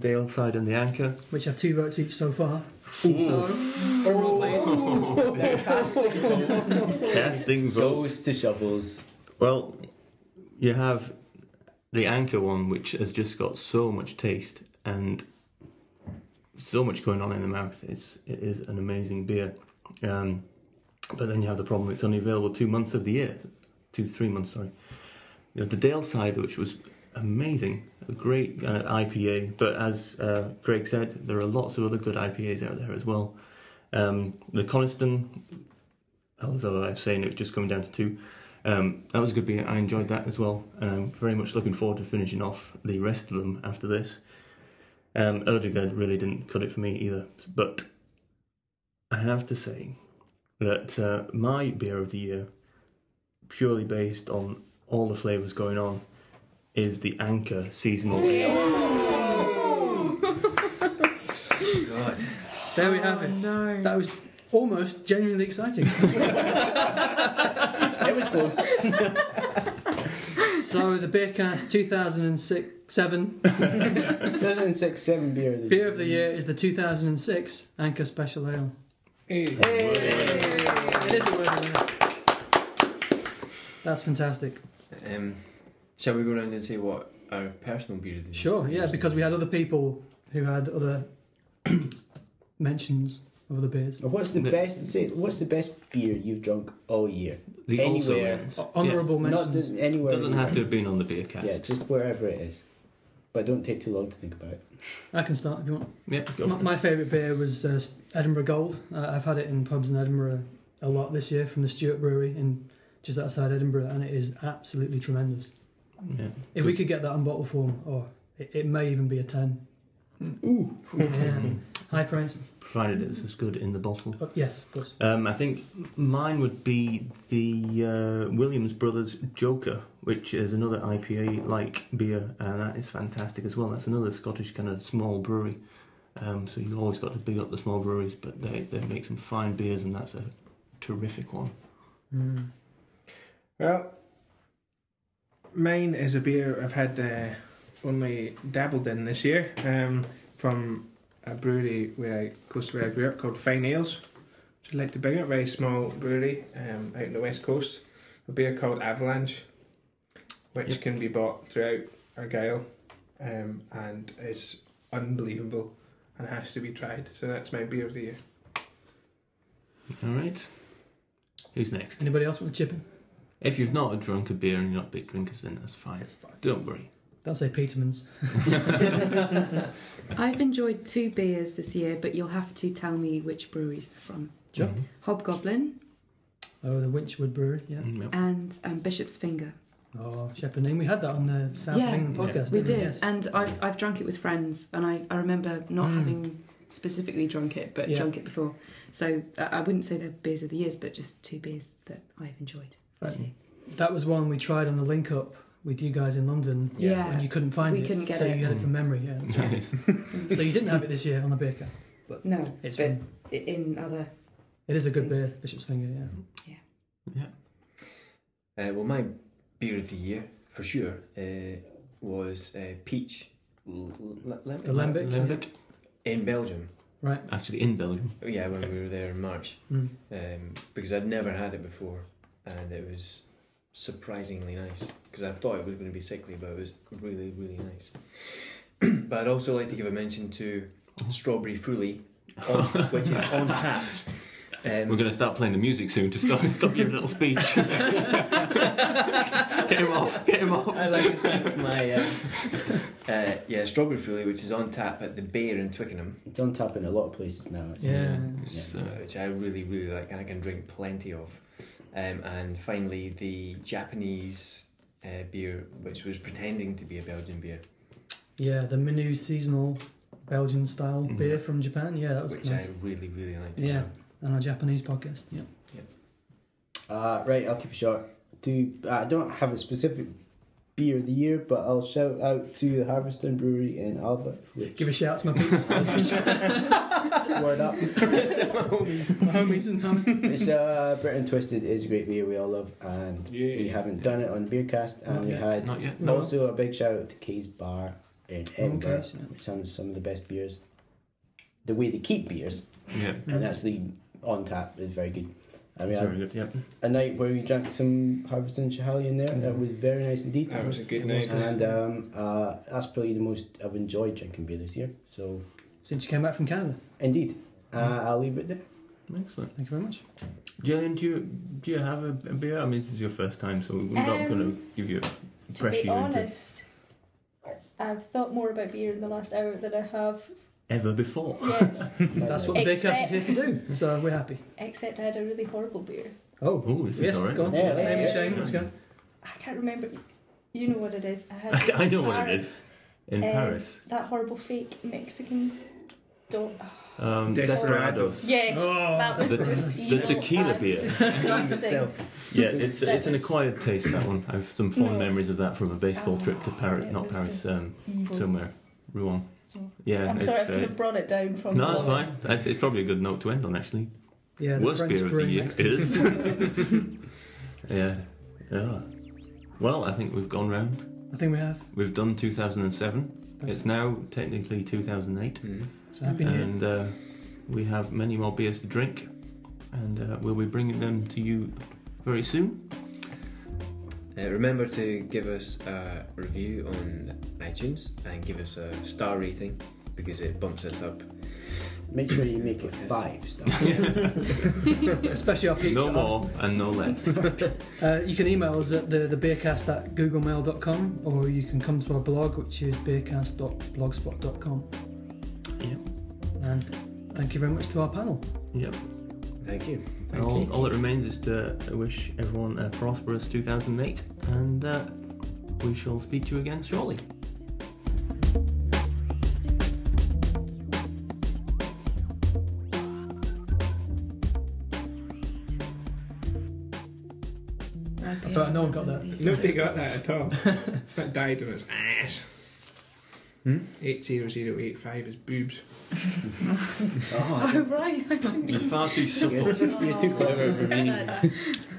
Dale side and the anchor. Which have two votes each so far. Ooh. Overall, please. [laughs] Casting vote. Goes to shovels. Well, you have the anchor one, which has just got so much taste and so much going on in the mouth. It's it is an amazing beer. Um, but then you have the problem; it's only available two months of the year, two three months. Sorry. You have the Dale side, which was amazing, a great uh, IPA. But as uh, Greg said, there are lots of other good IPAs out there as well. Um, the Coniston, although I was saying it was just coming down to two, um, that was a good beer. I enjoyed that as well, and I'm very much looking forward to finishing off the rest of them after this. Um, Erdegaard really didn't cut it for me either, but I have to say that uh, my beer of the year, purely based on all the flavours going on, is the Anchor Seasonal Ale. God. There we have it. No. That was almost genuinely exciting. [laughs] it was close. [laughs] so the Beercast 2006 7 2006 seven beer. Of the beer of the year is the 2006 Anchor Special Ale. It is a word of the year. That's fantastic. Um, shall we go around and say what our personal beer of the Sure, yeah, because we had other people who had other [clears throat] mentions of the beers. What's the best? Say, what's the best beer you've drunk all year? The also Anywhere. wins. Honourable Not mentions. just anywhere. Doesn't have to have been on the beer cast. Yeah, just wherever it is. But don't take too long to think about it. I can start if you want. Yeah, go My, for it. my favourite beer was uh, Edinburgh Gold. Uh, I've had it in pubs in Edinburgh a lot this year from the Stewart Brewery in just outside Edinburgh, and it is absolutely tremendous. Yeah. If we could get that on bottle form, or it, it may even be a ten. Ooh, yeah, high price. Provided it's as good in the bottle. Oh, yes, of course. Um, I think mine would be the uh, Williams Brothers Joker, which is another IPA like beer, and that is fantastic as well. That's another Scottish kind of small brewery. Um, so you've always got to big up the small breweries, but they, they make some fine beers, and that's a terrific one. Mm. Well, mine is a beer I've had uh, only dabbled in this year um, from a brewery where I, close to where I grew up called Fine Ales. Which I'd like to bring up, very small brewery um, out in the west coast. A beer called Avalanche, which Yep. can be bought throughout Argyll um, and is unbelievable and has to be tried. So that's my beer of the year. All right. Who's next? Anybody else want to chip in? If you've not drunk a beer and you're not big drinkers, then that's fine. It's fine. Don't [laughs] worry. Don't say Peterman's. I've enjoyed two beers this year, but you'll have to tell me which breweries they're from. Sure. Mm. Hobgoblin Oh, the Winchwood Brewery. Yeah. Mm, yep. and um, Bishop's Finger. Oh, Shepherd Name. We had that on the South Yeah. England Yeah. podcast. We didn't did, Yes. and I've, I've drunk it with friends, and I, I remember not Mm. having specifically drunk it, but Yeah. drunk it before. So uh, I wouldn't say they're beers of the years, but just two beers that I've enjoyed. this Right. year. That was one we tried on the link up with you guys in London Yeah, when you couldn't find We it. couldn't get so it. you had it from memory, yeah. that's [laughs] right. Nice. so you didn't have it this year on the beer cast. no, It's but fun. i- in other It is a good beer, Bishop's Finger, yeah. Uh, well, my beer of the year for sure uh, was uh, peach L- L- Lambic The Lambic. Limbic. in Belgium. Oh, Right. actually in Belgium. Yeah, when we were there in March, Mm. um, because I'd never had it before, and it was surprisingly nice. Because I thought it was going to be sickly, but it was really, really nice. [clears throat] but I'd also like to give a mention to strawberry [laughs] fruity, on, which is on tap. Um, We're going to start playing the music soon to start stop your little speech. Um, [laughs] get him off. Get [laughs] him off. I'd like to thank my uh, uh, yeah strawberry fruity, which is on tap at the Bear in Twickenham, It's on tap in a lot of places now. Actually. Yeah. It's, uh, which I really really like, and I can drink plenty of. Um, and finally, the Japanese uh, beer, which was pretending to be a Belgian beer, Yeah, the Minu seasonal Belgian style Mhm. beer from Japan. Yeah, that was which nice. I really really liked. Yeah, on our Japanese podcast. Yeah. Uh, right, I'll keep it short. Do I don't have a specific beer of the year, but I'll shout out to the Harveston Brewery in Alva. Which Give a shout out to my peeps, word [laughs] up. my homies and Hammerston. [laughs] It's uh, Britain Twisted is a great beer we all love, and we Yeah. haven't done it on Beercast, and Not we yet. had not yet. No. also a big shout out to Kay's Bar in Edinburgh, so- which has some of the best beers. The way they keep beers, Yeah. and actually on tap, is very good. And we It's very had good. Yeah. a night where we drank some Harveston Chahali in there, and that was very nice indeed. That was a good night. And um, uh, that's probably the most I've enjoyed drinking beer this year. So, Since you came back from Canada, indeed, uh, I'll leave it there. Excellent. thank you very much. Gillian, do you do you have a, a beer? I mean, this is your first time, so we're not Um, going to give you To pressure be you into honest, I've thought more about beer in the last hour than I have. ever before. Yes, [laughs] That's what the Beercast is here to do. So we're happy. except I had a really horrible beer. Oh, Oh, this yes, is all right. go on. Yeah, Name and let's shame, let's go. I can't remember. You know what it is. I, had [laughs] I know in what it Paris. is. In Um, Paris, That horrible fake Mexican. Don't. um, Desperados. Desperados. Yes, Oh, that was the- just the evil tequila and beer. Disgusting. Yeah, it's it's an acquired taste that one. I have some fond No. memories of that from a baseball trip to Ah, Paris, it not was Paris, just um, evil. somewhere, Rouen. So- Yeah, I'm it's, sorry, I could uh, have brought it down from. no, it's the- fine. That's, it's probably a good note to end on, actually. Yeah, the Worst French beer of the brewing year expert. is. [laughs] yeah. yeah. Well, I think we've gone round. I think we have. We've done 2007. It's now technically 2008. Mm. So happy new year. And uh, we have many more beers to drink. And uh, we'll be bringing them to you very soon. [laughs] Uh, remember to give us a review on iTunes and give us a star rating because it bumps [laughs] us up. Make sure you make it Yes. five stars. Especially our peeps. No at more and no less. Uh, you can email us at the, the beercast at googlemail.com or you can come to our blog, which is beercast.blogspot.com. Yeah. And thank you very much to our panel. yep. Thank you. And all, all that remains is to uh, wish everyone a prosperous 2008. And uh, we shall speak to you again shortly. So no one got that. Nobody got that at all. that died on his ass. Hmm? 80085 is boobs. Oh, right. I didn't You're far too You're [laughs] subtle. too- you're too clever for me. [laughs] That's-